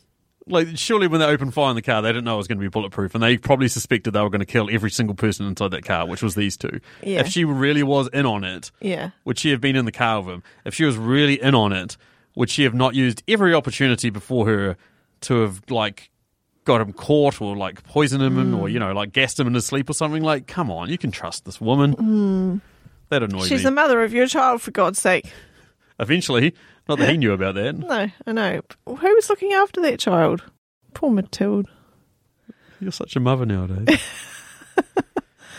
Speaker 1: Like, surely when they opened fire in the car, they didn't know it was going to be bulletproof, and they probably suspected they were going to kill every single person inside that car, which was these two.
Speaker 3: Yeah.
Speaker 1: If she really was in on it,
Speaker 3: Yeah.
Speaker 1: would she have been in the car with him? If she was really in on it, would she have not used every opportunity before her to have like got him caught or like poisoned him or you know like gassed him in his sleep or something? Like, come on, you can trust this woman. Hmm. That annoys
Speaker 3: She's
Speaker 1: me.
Speaker 3: the mother of your child, for God's sake.
Speaker 1: Eventually, not that he knew about that.
Speaker 3: No, I know. Who was looking after that child? Poor Matilda.
Speaker 1: [LAUGHS] You're such a mother nowadays. [LAUGHS]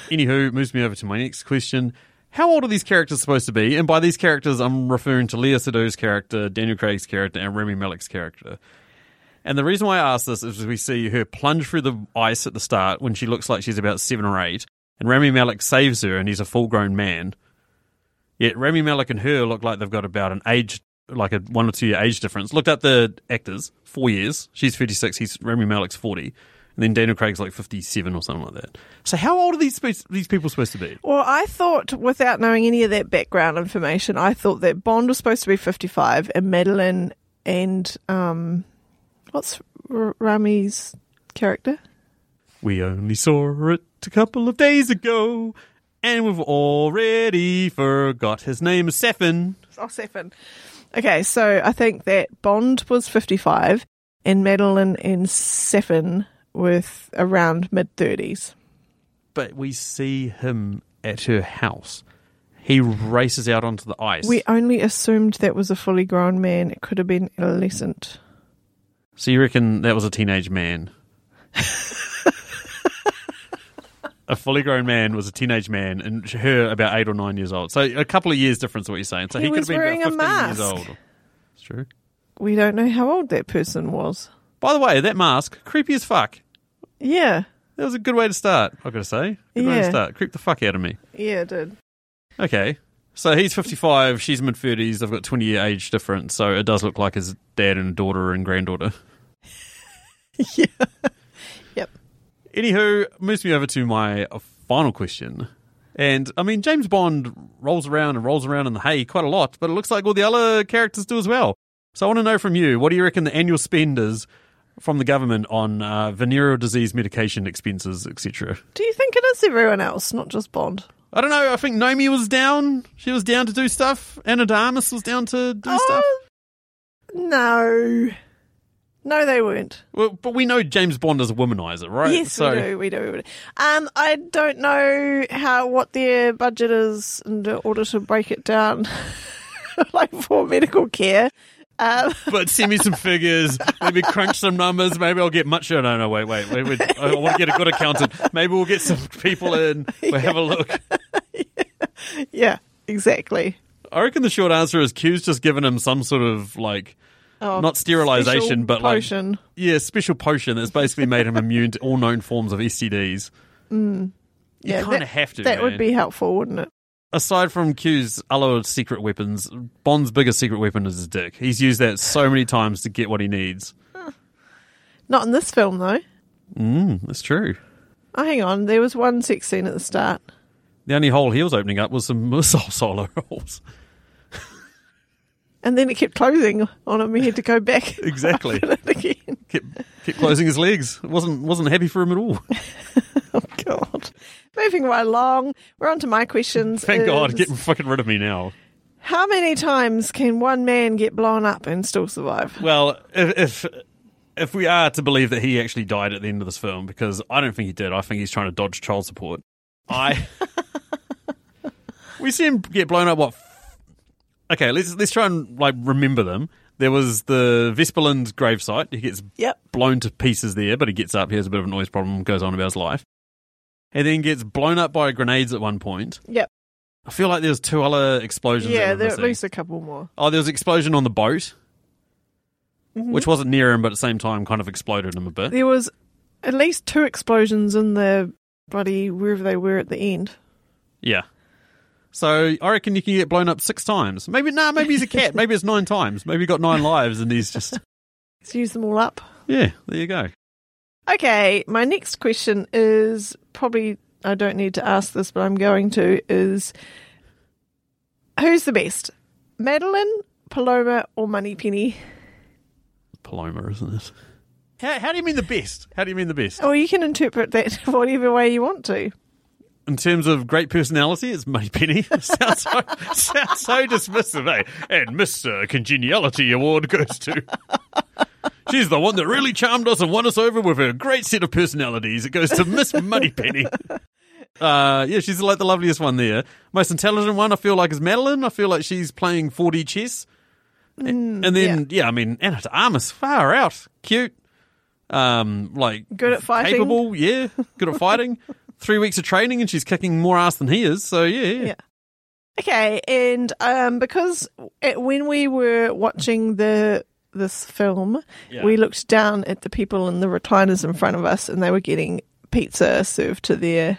Speaker 1: Anywho, moves me over to my next question. How old are these characters supposed to be? And by these characters, I'm referring to Leah Sado's character, Daniel Craig's character, and Remy Malek's character. And the reason why I ask this is we see her plunge through the ice at the start when she looks like she's about seven or eight, and Rami Malek saves her, and he's a full grown man. Yet Rami Malek and her look like they've got about an age, like a one or two year age difference. Looked at the actors, four years. She's 56, he's Rami Malek's 40. And then Daniel Craig's like 57 or something like that. So how old are these spe- these people supposed to be?
Speaker 3: Well, I thought, without knowing any of that background information, I thought that Bond was supposed to be 55 and Madeline and, um, what's R- Rami's character?
Speaker 1: We only saw it a couple of days ago, and we've already forgot his name is Sefin.
Speaker 3: Oh, Sefin. Okay, so I think that Bond was 55 and Madeline and Sefin were th- around mid 30s.
Speaker 1: But we see him at her house. He races out onto the ice.
Speaker 3: We only assumed that was a fully grown man. It could have been adolescent.
Speaker 1: So you reckon that was a teenage man? a fully grown man was a teenage man, and her about eight or nine years old. So a couple of years difference, what you're saying. So
Speaker 3: He
Speaker 1: he, could
Speaker 3: was
Speaker 1: have been
Speaker 3: wearing a
Speaker 1: about 15
Speaker 3: mask.
Speaker 1: years old. It's true.
Speaker 3: We don't know how old that person was.
Speaker 1: By the way, that mask creepy as fuck.
Speaker 3: Yeah.
Speaker 1: That was a good way to start. I gotta say, good way to
Speaker 3: Yeah.
Speaker 1: start. Creep the fuck out of me.
Speaker 3: Yeah, it did.
Speaker 1: Okay. So he's 55, she's mid 30s. They've got 20 year age difference. So it does look like his dad and daughter and granddaughter.
Speaker 3: yeah. Yep.
Speaker 1: Anywho, moves me over to my uh, final question. And I mean, James Bond rolls around and rolls around in the hay quite a lot, but it looks like all the other characters do as well. So I want to know from you what do you reckon the annual spend is from the government on uh, venereal disease medication expenses, etc.?
Speaker 3: Do you think it is everyone else, not just Bond?
Speaker 1: I don't know. I think Nomi was down. She was down to do stuff. Anadarmus was down to do
Speaker 3: Oh.
Speaker 1: stuff.
Speaker 3: No. No, they weren't.
Speaker 1: Well, but we know James Bond is a womanizer, right?
Speaker 3: Yes,
Speaker 1: so
Speaker 3: we do. We do. We do. Um, I don't know how what their budget is in order to break it down, [LAUGHS] like for medical care. Um, [LAUGHS]
Speaker 1: but send me some figures. Maybe crunch some numbers. Maybe I'll get much. No, no, no. Wait, wait, wait. wait. I want to get a good accountant. Maybe we'll get some people in. We'll have a look.
Speaker 3: yeah, exactly.
Speaker 1: I reckon the short answer is Q's just given him some sort of like
Speaker 3: Oh,
Speaker 1: not sterilization,
Speaker 3: special
Speaker 1: but like
Speaker 3: potion.
Speaker 1: yeah, special potion that's basically made him immune to all known forms of STDs. You
Speaker 3: Mm. yeah,
Speaker 1: kind
Speaker 3: that-
Speaker 1: of have to.
Speaker 3: That would
Speaker 1: man.
Speaker 3: be helpful, wouldn't it?
Speaker 1: aside from Q's other secret weapons, Bond's biggest secret weapon is his dick. He's used that so many times to get what he needs.
Speaker 3: Not in this film, though.
Speaker 1: That's true.
Speaker 3: Oh, hang on. There was one sex scene at the start.
Speaker 1: The only hole he was opening up was some [LAUGHS] missile solo holes.
Speaker 3: And then it kept closing on him. He had to go back [LAUGHS]
Speaker 1: [LAUGHS] Exactly.
Speaker 3: again.
Speaker 1: kept, kept closing his legs. wasn't wasn't happy for him at all. [LAUGHS]
Speaker 3: God. Moving right along, we're on to my questions.
Speaker 1: Thank God,
Speaker 3: is-
Speaker 1: get fucking rid of me now.
Speaker 3: How many times can one man get blown up and still survive?
Speaker 1: Well, if, if if we are to believe that he actually died at the end of this film, because I don't think he did. I think he's trying to dodge child support. I [LAUGHS] we see him get blown up. What? f- Okay, let's let's try and like remember them. There was the Vesperland gravesite. He gets
Speaker 3: Yep.
Speaker 1: blown to pieces there, but he gets up. He has a bit of a noise problem. Goes on about his life. He then gets blown up by grenades at one point.
Speaker 3: Yep.
Speaker 1: I feel like there's two other explosions. that
Speaker 3: Yeah,
Speaker 1: we're
Speaker 3: there are at
Speaker 1: missing.
Speaker 3: least a couple more.
Speaker 1: Oh, there was an explosion on the boat,
Speaker 3: Mm-hmm.
Speaker 1: which wasn't near him, but at the same time, kind of exploded him a bit.
Speaker 3: There was at least two explosions in the bloody wherever they were at the end.
Speaker 1: Yeah. So I reckon you can get blown up six times. Maybe nah. Maybe he's a cat. maybe it's nine times. Maybe he got nine lives, and he's just
Speaker 3: Let's use them all up.
Speaker 1: yeah. There you go.
Speaker 3: Okay, my next question is probably I don't need to ask this, but I'm going to is who's the best? Madeline, Paloma, or Moneypenny?
Speaker 1: Paloma, isn't it? How, how do you mean the best? How do you mean the best?
Speaker 3: Or you can interpret that [LAUGHS] whatever way you want to.
Speaker 1: In terms of great personality, it's Moneypenny. [LAUGHS] sounds so sounds so dismissive, eh? And Mister Congeniality Award goes to. [LAUGHS] She's the one that really charmed us and won us over with her great set of personalities. It goes to Miss Moneypenny.
Speaker 3: [LAUGHS]
Speaker 1: Uh, yeah, she's like the loveliest one there. Most intelligent one, I feel like, is Madeline. I feel like she's playing 4D chess.
Speaker 3: Mm,
Speaker 1: And, and then, yeah. I mean, Anna de Armas, far out. Cute. Um, like,
Speaker 3: Good at fighting.
Speaker 1: Capable, Oh, yeah. Good at fighting. Three weeks of training, and she's kicking more ass than he is. So, yeah. yeah.
Speaker 3: Yeah. Okay, and um, because it, when we were watching the this film, we looked down at the people in the recliners in front of us, and they were getting pizza served to their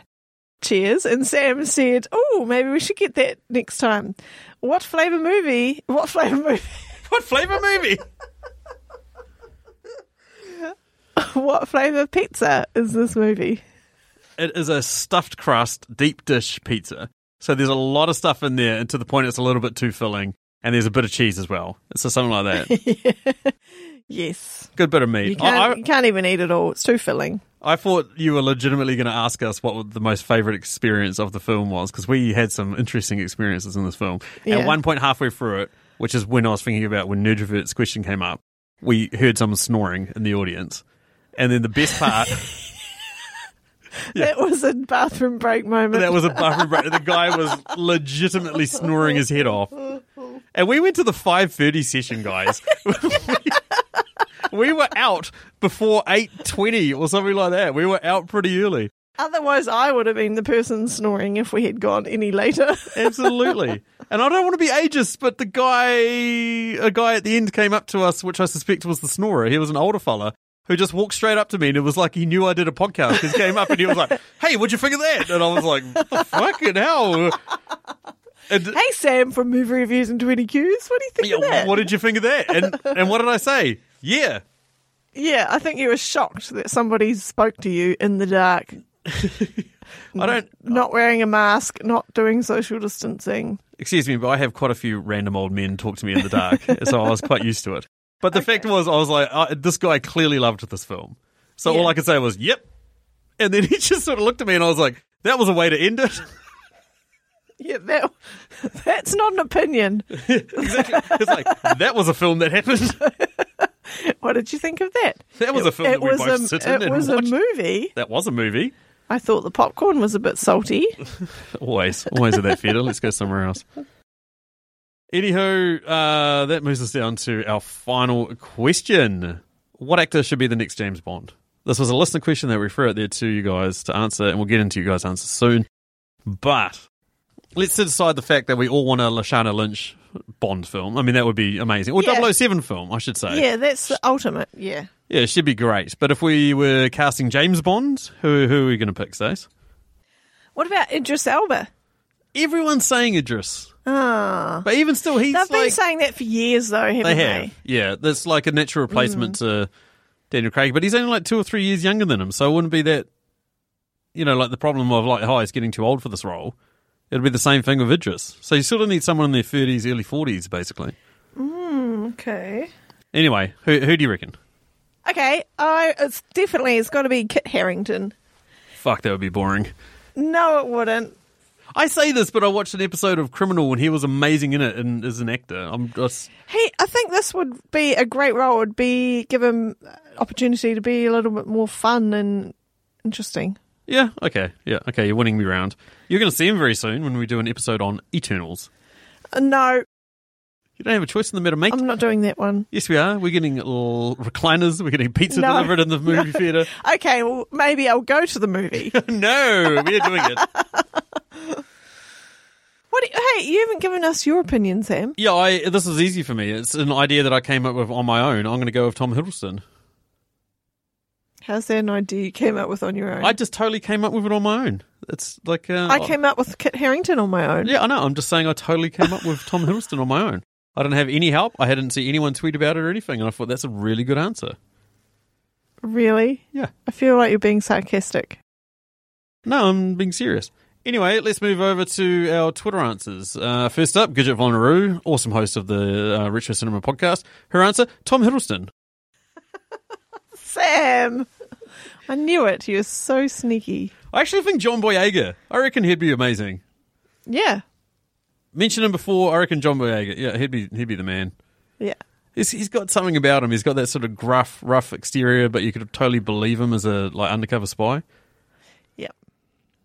Speaker 3: chairs. And Sam said, "Oh, maybe we should get that next time." What flavor movie? What flavor movie? [LAUGHS]
Speaker 1: What flavour movie?
Speaker 3: what flavor pizza is this movie? [LAUGHS]
Speaker 1: It is a stuffed crust, deep dish pizza. So there's a lot of stuff in there, and to the point it's a little bit too filling. And there's a bit of cheese as well. So something
Speaker 3: [LAUGHS]
Speaker 1: like that.
Speaker 3: Yes,
Speaker 1: Good bit of
Speaker 3: you
Speaker 1: meat.
Speaker 3: can't,
Speaker 1: I,
Speaker 3: you can't even eat it all; it's too filling.
Speaker 1: I, I thought you were legitimately going to ask us what the most favourite experience of the film was, because we had some interesting experiences in this film.
Speaker 3: Yeah.
Speaker 1: At one point halfway through it, which is when I was thinking about when Nerdivert's question came up, we heard someone snoring in the audience. And then the best part...
Speaker 3: That was a bathroom break moment.
Speaker 1: That was a bathroom break. The guy was legitimately snoring his [LAUGHS] head off. And we went to the 5.30 session, guys. we were out before 8.20 or something like that. We were out pretty early.
Speaker 3: Otherwise, I would have been the person snoring if we had gone any later. [LAUGHS]
Speaker 1: Absolutely. and I don't want to be ageist, but the guy, a guy at the end came up to us, which I suspect was the snorer. He was an older fella who just walked straight up to me and it was like he knew I did a podcast. He came up and he was like, hey, what'd you think of that? And I was like, fucking hell. And,
Speaker 3: hey, Sam from Movie Reviews and 20 Qs, what do you think of
Speaker 1: yeah,
Speaker 3: that?
Speaker 1: what did you think of that? And, and what did I say? Yeah.
Speaker 3: yeah, I think you were shocked that somebody spoke to you in the dark,
Speaker 1: [LAUGHS] I don't,
Speaker 3: not wearing a mask, not doing social distancing.
Speaker 1: excuse me, but I have quite a few random old men talk to me in the
Speaker 3: [LAUGHS]
Speaker 1: dark, so I was quite used to it. But the fact was, I was like, uh, this guy clearly loved this film. So all
Speaker 3: Yeah.
Speaker 1: I could say was, yep. And then [LAUGHS] he just sort of looked at me and I was like, that was a way to end it. [LAUGHS]
Speaker 3: Yeah, that, [LAUGHS] that's not an opinion.
Speaker 1: it's like, that was a film that happened. [LAUGHS]
Speaker 3: What did you think of that?
Speaker 1: That was a film that we both
Speaker 3: a,
Speaker 1: sit in
Speaker 3: It
Speaker 1: and
Speaker 3: was
Speaker 1: watch.
Speaker 3: a movie.
Speaker 1: That was a movie.
Speaker 3: I thought the popcorn was a bit salty.
Speaker 1: [LAUGHS]
Speaker 3: [LAUGHS]
Speaker 1: Always, always at that theatre. Let's go somewhere else. Anywho, uh, that moves us down to our final question. What actor should be the next James Bond? This was a listener question that we threw out there to you guys to answer, and we'll get into you guys' answers soon. But let's set aside the fact that we all want a Lashana Lynch Bond film. I mean, that would be amazing. Or
Speaker 3: Yeah.
Speaker 1: 007 film, I should say.
Speaker 3: yeah, that's the ultimate. Yeah.
Speaker 1: yeah, she'd be great. But if we were casting James Bond, who, who are we going to pick, Stace?
Speaker 3: What about Idris Elba?
Speaker 1: Everyone's saying Idris.
Speaker 3: Ah,
Speaker 1: But even still, he's
Speaker 3: they've been
Speaker 1: like...
Speaker 3: saying that for years, though, haven't they?
Speaker 1: They have. Yeah, that's like a natural replacement to Daniel Craig, but he's only like two or three years younger than him, so it wouldn't be that. You know, like the problem of like, oh, he's getting too old for this role. It'd be the same thing with Idris. So you sort of need someone in their thirties, early forties, basically.
Speaker 3: Okay.
Speaker 1: Anyway, who who do you reckon?
Speaker 3: Okay. I it's definitely it's got to be Kit Harrington.
Speaker 1: Fuck, that would be boring.
Speaker 3: No, it wouldn't.
Speaker 1: I say this, but I watched an episode of Criminal and he was amazing in it and as an actor. I'm just
Speaker 3: He, I think this would be a great role. Would be give him uh, opportunity to be a little bit more fun and interesting.
Speaker 1: yeah, okay, yeah, okay. You're winning me round. You're going to see him very soon when we do an episode on Eternals.
Speaker 3: Uh, no,
Speaker 1: You don't have a choice in the matter, mate.
Speaker 3: I'm not doing that one.
Speaker 1: Yes, we are. We're getting little recliners. We're getting pizza
Speaker 3: No.
Speaker 1: delivered
Speaker 3: [LAUGHS]
Speaker 1: in the movie theater. [LAUGHS]
Speaker 3: Okay, well maybe I'll go to the movie.
Speaker 1: no, we're doing
Speaker 3: [LAUGHS]
Speaker 1: it.
Speaker 3: what? do you- hey, you haven't given us your opinion, Sam.
Speaker 1: Yeah, I, this is easy for me. It's an idea that I came up with on my own. I'm going to go with Tom Hiddleston.
Speaker 3: How's that an idea you came up with on your own?
Speaker 1: I just totally came up with it on my own. It's like uh,
Speaker 3: I came up with Kit Harrington on my own.
Speaker 1: [LAUGHS] Yeah, I know. I'm just saying I totally came up with Tom Hiddleston on my own. I didn't have any help. I hadn't seen anyone tweet about it or anything, and I thought that's a really good answer.
Speaker 3: Really?
Speaker 1: Yeah.
Speaker 3: I feel like you're being sarcastic.
Speaker 1: No, I'm being serious. Anyway, let's move over to our Twitter answers. Uh, first up, Gidget Von Roo, awesome host of the uh, Retro Cinema podcast. Her answer, Tom Hiddleston.
Speaker 3: Sam! [LAUGHS] I knew it. You're so sneaky.
Speaker 1: I actually think John Boyega. I reckon he'd be amazing.
Speaker 3: Yeah.
Speaker 1: Mentioned him before. I reckon John Boyega. Yeah, he'd be he'd be the man.
Speaker 3: Yeah.
Speaker 1: He's, he's got something about him. He's got that sort of gruff, rough exterior, but you could totally believe him as a like undercover spy.
Speaker 3: Yep.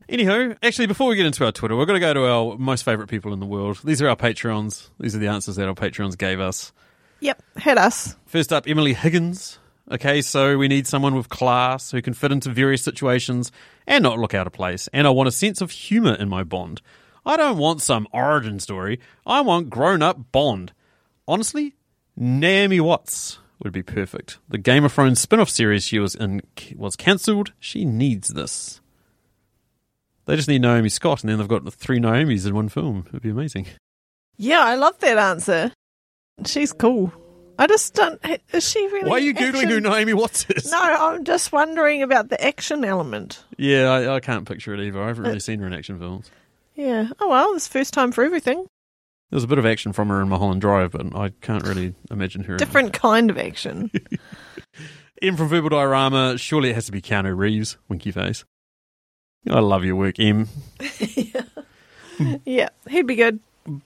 Speaker 1: Anywho, actually, before we get into our Twitter, we're going to go to our most favorite people in the world. These are our Patreons. These are the answers that our Patreons gave us.
Speaker 3: Yep. Hit us.
Speaker 1: First up, Emily Higgins. Okay, so we need someone with class who can fit into various situations and not look out of place. And I want a sense of humor in my Bond. I don't want some origin story. I want grown up Bond. Honestly, Naomi Watts would be perfect. The Game of Thrones spin off series she was in was cancelled. She needs this. They just need Naomi Scott, and then they've got three Naomi's in one film. It would be amazing.
Speaker 3: Yeah, I love that answer. She's cool. I just don't. Is she really.
Speaker 1: Why are you Googling
Speaker 3: action-
Speaker 1: who Naomi Watts is?
Speaker 3: No, I'm just wondering about the action element.
Speaker 1: Yeah, I, I can't picture it either. I
Speaker 3: Uh,
Speaker 1: haven't really seen her in action films.
Speaker 3: Yeah. Oh, well, it's first time for everything.
Speaker 1: There was a bit of action from her in Mulholland Drive, but I can't really imagine her. in-
Speaker 3: Different kind of
Speaker 1: [LAUGHS]
Speaker 3: action.
Speaker 1: Em from Verbal Diorama. Surely it has to be Keanu Reeves. Winky face. I love your work, Em.
Speaker 3: yeah. He'd be good.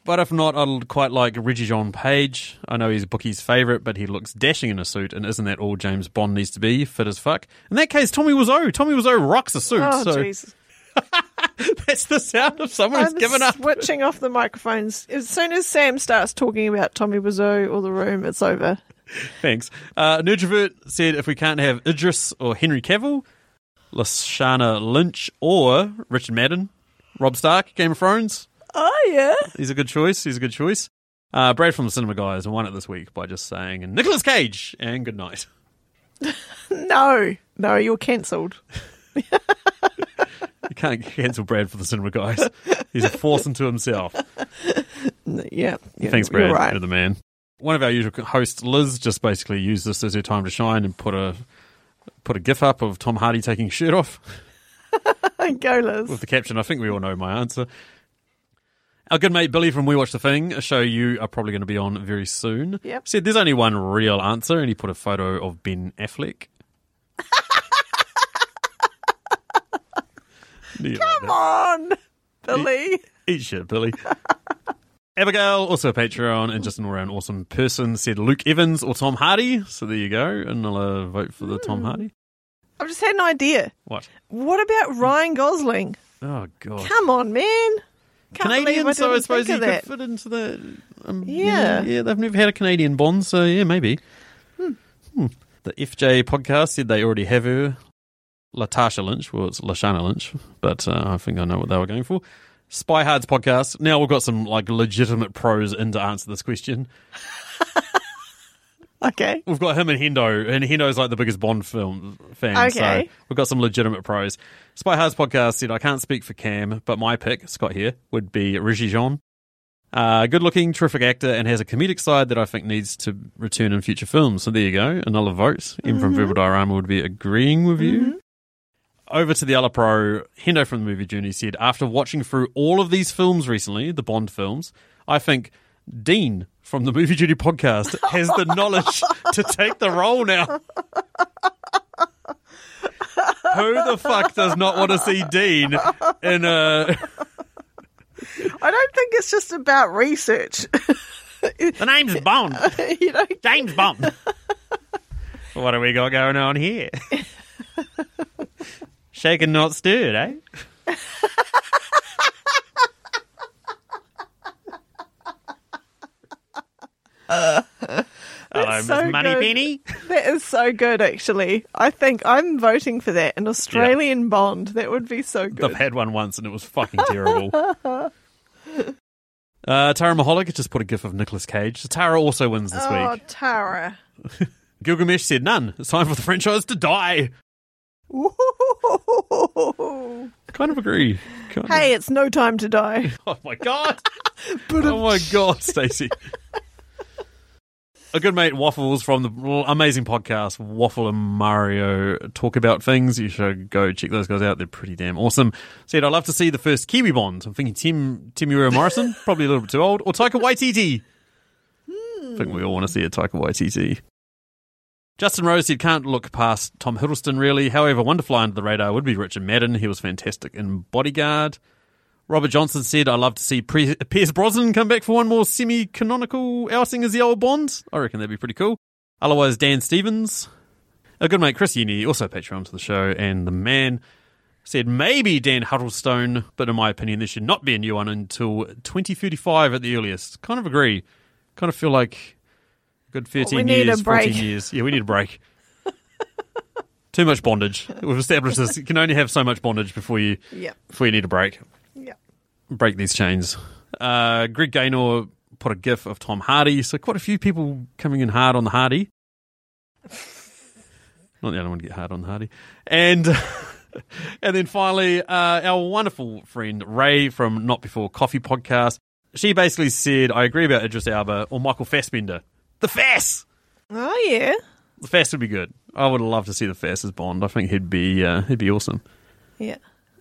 Speaker 1: But if not, I'd quite like Reggie John Page. I know he's Bookie's favourite, but he looks dashing in a suit, and isn't that all James Bond needs to be? Fit as fuck. In that case, Tommy Wiseau. Tommy Wiseau rocks a suit.
Speaker 3: Oh,
Speaker 1: so
Speaker 3: jeez.
Speaker 1: [LAUGHS] that's the sound of someone who's
Speaker 3: I'm
Speaker 1: given up.
Speaker 3: switching off the microphones. As soon as Sam starts talking about Tommy Wiseau or The Room, it's over.
Speaker 1: Thanks. Uh, Nerdrovert said if we can't have Idris or Henry Cavill, Lashana Lynch or Richard Madden, Rob Stark, Game of Thrones,
Speaker 3: Oh yeah.
Speaker 1: he's a good choice. He's a good choice. Uh, Brad from the Cinema Guys won it this week by just saying Nicolas Cage and good night.
Speaker 3: [LAUGHS]
Speaker 1: [LAUGHS]
Speaker 3: No, no, you're cancelled.
Speaker 1: You can't cancel Brad for the Cinema Guys. He's a force unto himself.
Speaker 3: N- Yeah, yeah,
Speaker 1: Thanks,
Speaker 3: you're
Speaker 1: Brad.
Speaker 3: right.
Speaker 1: You're the man. One of our usual hosts, Liz, just basically used this as her time to shine and put a put a gif up of Tom Hardy taking his shirt off
Speaker 3: [LAUGHS] Go, Liz.
Speaker 1: with the caption. I think we all know my answer. Our good mate Billy from We Watch the Thing, a show you are probably going to be on very soon,
Speaker 3: Yep.
Speaker 1: said there's only one real answer, and he put a photo of Ben
Speaker 3: [LAUGHS]
Speaker 1: Affleck. Do you like that?
Speaker 3: Come on, Billy.
Speaker 1: Eat shit,
Speaker 3: [LAUGHS]
Speaker 1: Billy. Abigail, also a Patreon and just an all round awesome person, said Luke Evans or Tom Hardy. So there you go. Another vote for the
Speaker 3: Hmm.
Speaker 1: Tom Hardy.
Speaker 3: I've just had an idea.
Speaker 1: What?
Speaker 3: What about Ryan Gosling?
Speaker 1: Oh, God.
Speaker 3: Come on, man. Can't believe I
Speaker 1: Canadian, so I
Speaker 3: didn't
Speaker 1: suppose
Speaker 3: think
Speaker 1: you
Speaker 3: of that.
Speaker 1: could fit into the. Um,
Speaker 3: Yeah.
Speaker 1: yeah. yeah. They've never had a Canadian Bond, so yeah, maybe. Hmm. The FJ podcast said they already have her. Latasha Lynch. Well, it's Lashana Lynch, but uh, I think I know what they were going for. Spy Hards podcast. Now we've got some like legitimate pros in to answer this question.
Speaker 3: Okay.
Speaker 1: we've got him and Hendo, and Hendo's like the biggest Bond film fan.
Speaker 3: Okay.
Speaker 1: So we've got some legitimate pros. Spy Hard's podcast said, I can't speak for Cam, but my pick, Scott here, would be Rishi Jean. Uh, good looking, terrific actor, and has a comedic side that I think needs to return in future films. So there you go. Another vote. Even
Speaker 3: Mm-hmm.
Speaker 1: from Verbal Diorama would be agreeing with you. Over to the other pro, Hendo from the movie Journey said, after watching through all of these films recently, the Bond films, I think Dean from the Movie Duty podcast has the knowledge to take the role now. Who the fuck does not want to see Dean in uh, a.
Speaker 3: I don't think it's just about research. [LAUGHS]
Speaker 1: The name's Bond.
Speaker 3: you know,
Speaker 1: James [LAUGHS] Bond. what do we got going on here? Shaken, not stirred, eh? [LAUGHS] Hello,
Speaker 3: so
Speaker 1: Miss Moneypenny.
Speaker 3: that is so good, actually. I think I'm voting for that. An Australian Bond. That would be so
Speaker 1: I've
Speaker 3: good.
Speaker 1: had one once and it was fucking terrible. [LAUGHS] Uh, Tara Maholic just put a gif of Nicolas Cage. So Tara also wins this
Speaker 3: Oh,
Speaker 1: week.
Speaker 3: Tara.
Speaker 1: Gilgamesh said, None. It's time for the franchise to die.
Speaker 3: Ooh.
Speaker 1: Kind of agree.
Speaker 3: [LAUGHS]
Speaker 1: Kind
Speaker 3: Hey, it's no time to
Speaker 1: [LAUGHS]
Speaker 3: die.
Speaker 1: Of. [LAUGHS] Oh my god. oh my god, Stacey. A good mate, Waffles, from the amazing podcast Waffle and Mario Talk About Things. You should go check those guys out. They're pretty damn awesome. Said, I'd love to see the first Kiwi Bond. I'm thinking Tim Timuera Morrison, [LAUGHS] probably a little bit too old, or Taika Waititi. I think we all want to see a Taika Waititi. Justin Rose said, can't look past Tom Hiddleston, really. However, one to fly under the radar would be Richard Madden. He was fantastic in Bodyguard. Robert Johnson said, I love to see Pre- Pierce Brosnan come back for one more semi canonical outing as the old Bond. I reckon that'd be pretty cool. Otherwise, Dan Stevens, a good mate, Chris Uni, also Patreon to the show, and the man said, maybe Dan Huddlestone, but in my opinion, there should not be a new one until 2035 at the earliest. Kind of agree. Kind of feel like a good 13
Speaker 3: need a
Speaker 1: years, 14
Speaker 3: break.
Speaker 1: years. Yeah, we need a break. Too much bondage. We've established this. You can only have so much bondage before you
Speaker 3: Yep.
Speaker 1: before you need a break
Speaker 3: Yep.
Speaker 1: break these chains. Uh, Greg Gaynor put a gif of Tom Hardy, so quite a few people coming in hard on the Hardy. Not the only one to get hard on the Hardy. And [LAUGHS] and then finally, uh, our wonderful friend Ray from Not Before Coffee podcast. She basically said, I agree about Idris Elba or Michael Fassbender. The Fass!
Speaker 3: Oh, yeah.
Speaker 1: The Fass would be good. I would love to see the Fass as Bond. I think he'd be uh, he'd be awesome.
Speaker 3: Yeah.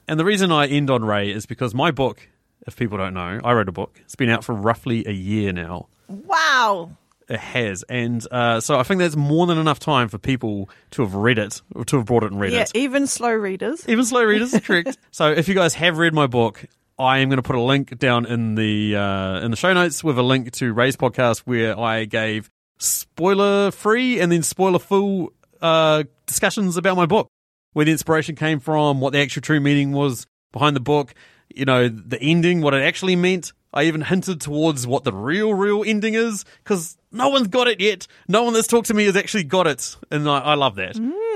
Speaker 1: And the reason I end on Ray is because my book, if people don't know, I wrote a book. It's been out for roughly a year now.
Speaker 3: Wow.
Speaker 1: It has. And uh, so I think that's more than enough time for people to have read it, or to have brought it and read
Speaker 3: Yeah,
Speaker 1: it.
Speaker 3: even slow readers.
Speaker 1: Even slow readers, correct. So if you guys have read my book, I am going to put a link down in the uh, in the show notes with a link to Ray's podcast where I gave spoiler free and then spoiler full uh, discussions about my book, where the inspiration came from, what the actual true meaning was behind the book, you know, the ending, what it actually meant. I even hinted towards what the real, real ending is because no one's got it yet. No one that's talked to me has actually got it, and I, I love that.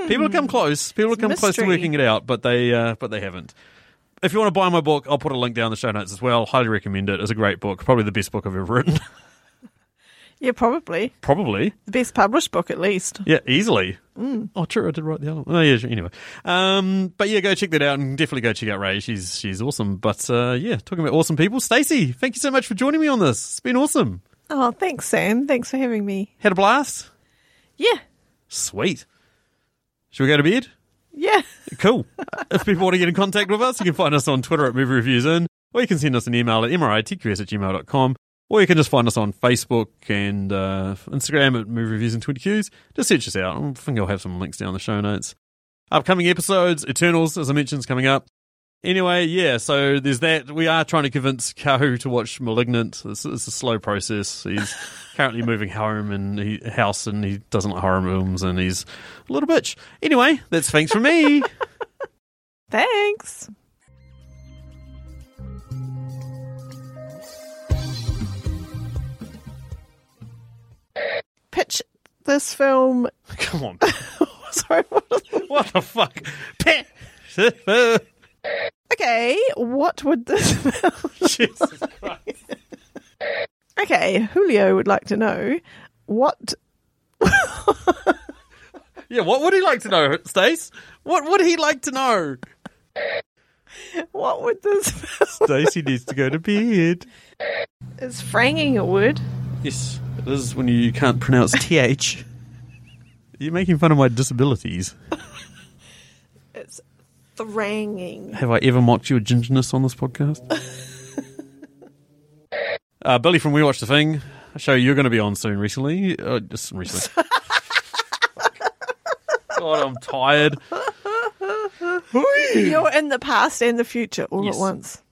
Speaker 1: People have come close. People have come close to
Speaker 3: mystery.
Speaker 1: working it out, but they uh, but they haven't. If you want to buy my book, I'll put a link down in the show notes as well. Highly recommend it. It's a great book, probably the best book I've ever written. [LAUGHS]
Speaker 3: Yeah, probably.
Speaker 1: probably.
Speaker 3: The best published book, at least.
Speaker 1: Yeah, easily. Oh, true. I did write the other one. Oh, yeah. Sure. Anyway, um, but yeah, go check that out and definitely go check out Ray. She's she's awesome. But uh, yeah, talking about awesome people, Stacey, thank you so much for joining me on this. It's been awesome.
Speaker 3: Oh, thanks, Sam. Thanks for having me.
Speaker 1: Had a blast.
Speaker 3: Yeah.
Speaker 1: Sweet. Should we go to bed?
Speaker 3: Yeah.
Speaker 1: Cool. if people want to get in contact with us, you can find us on Twitter at Movie Reviews In, or you can send us an email at mritqs at gmail.com, or you can just find us on Facebook and uh, Instagram at Movie Reviews and 20Qs. Just search us out. I think I'll have some links down in the show notes. Upcoming episodes, Eternals, as I mentioned, is coming up. Anyway, yeah, so there's that. We are trying to convince Kahu to watch Malignant. It's, it's a slow process. He's currently moving home and he, house and he doesn't like horror films and he's a little bitch. Anyway, that's thanks from me.
Speaker 3: [LAUGHS] Thanks. Pitch this film. [LAUGHS]
Speaker 1: Come on. [LAUGHS]
Speaker 3: Sorry, what was
Speaker 1: What the fuck? Pe-
Speaker 3: Okay, what would this [LAUGHS] film?
Speaker 1: [LAUGHS] Jesus.
Speaker 3: Okay, Julio would like to know what
Speaker 1: Yeah, what would he like to know, Stace? What would he like to know?
Speaker 3: what would this film
Speaker 1: Stacey needs to go to bed.
Speaker 3: is franging a word?
Speaker 1: Yes, it is when you can't pronounce TH. You're making fun of my disabilities.
Speaker 3: It's thranging.
Speaker 1: Have I ever mocked your gingerness on this [LAUGHS] podcast? uh, Billy from We Watch the Thing, a show you're going to be on soon recently. Uh, just [LAUGHS] recently. God, I'm tired.
Speaker 3: You're in the past and the future all
Speaker 1: Yes.
Speaker 3: at once.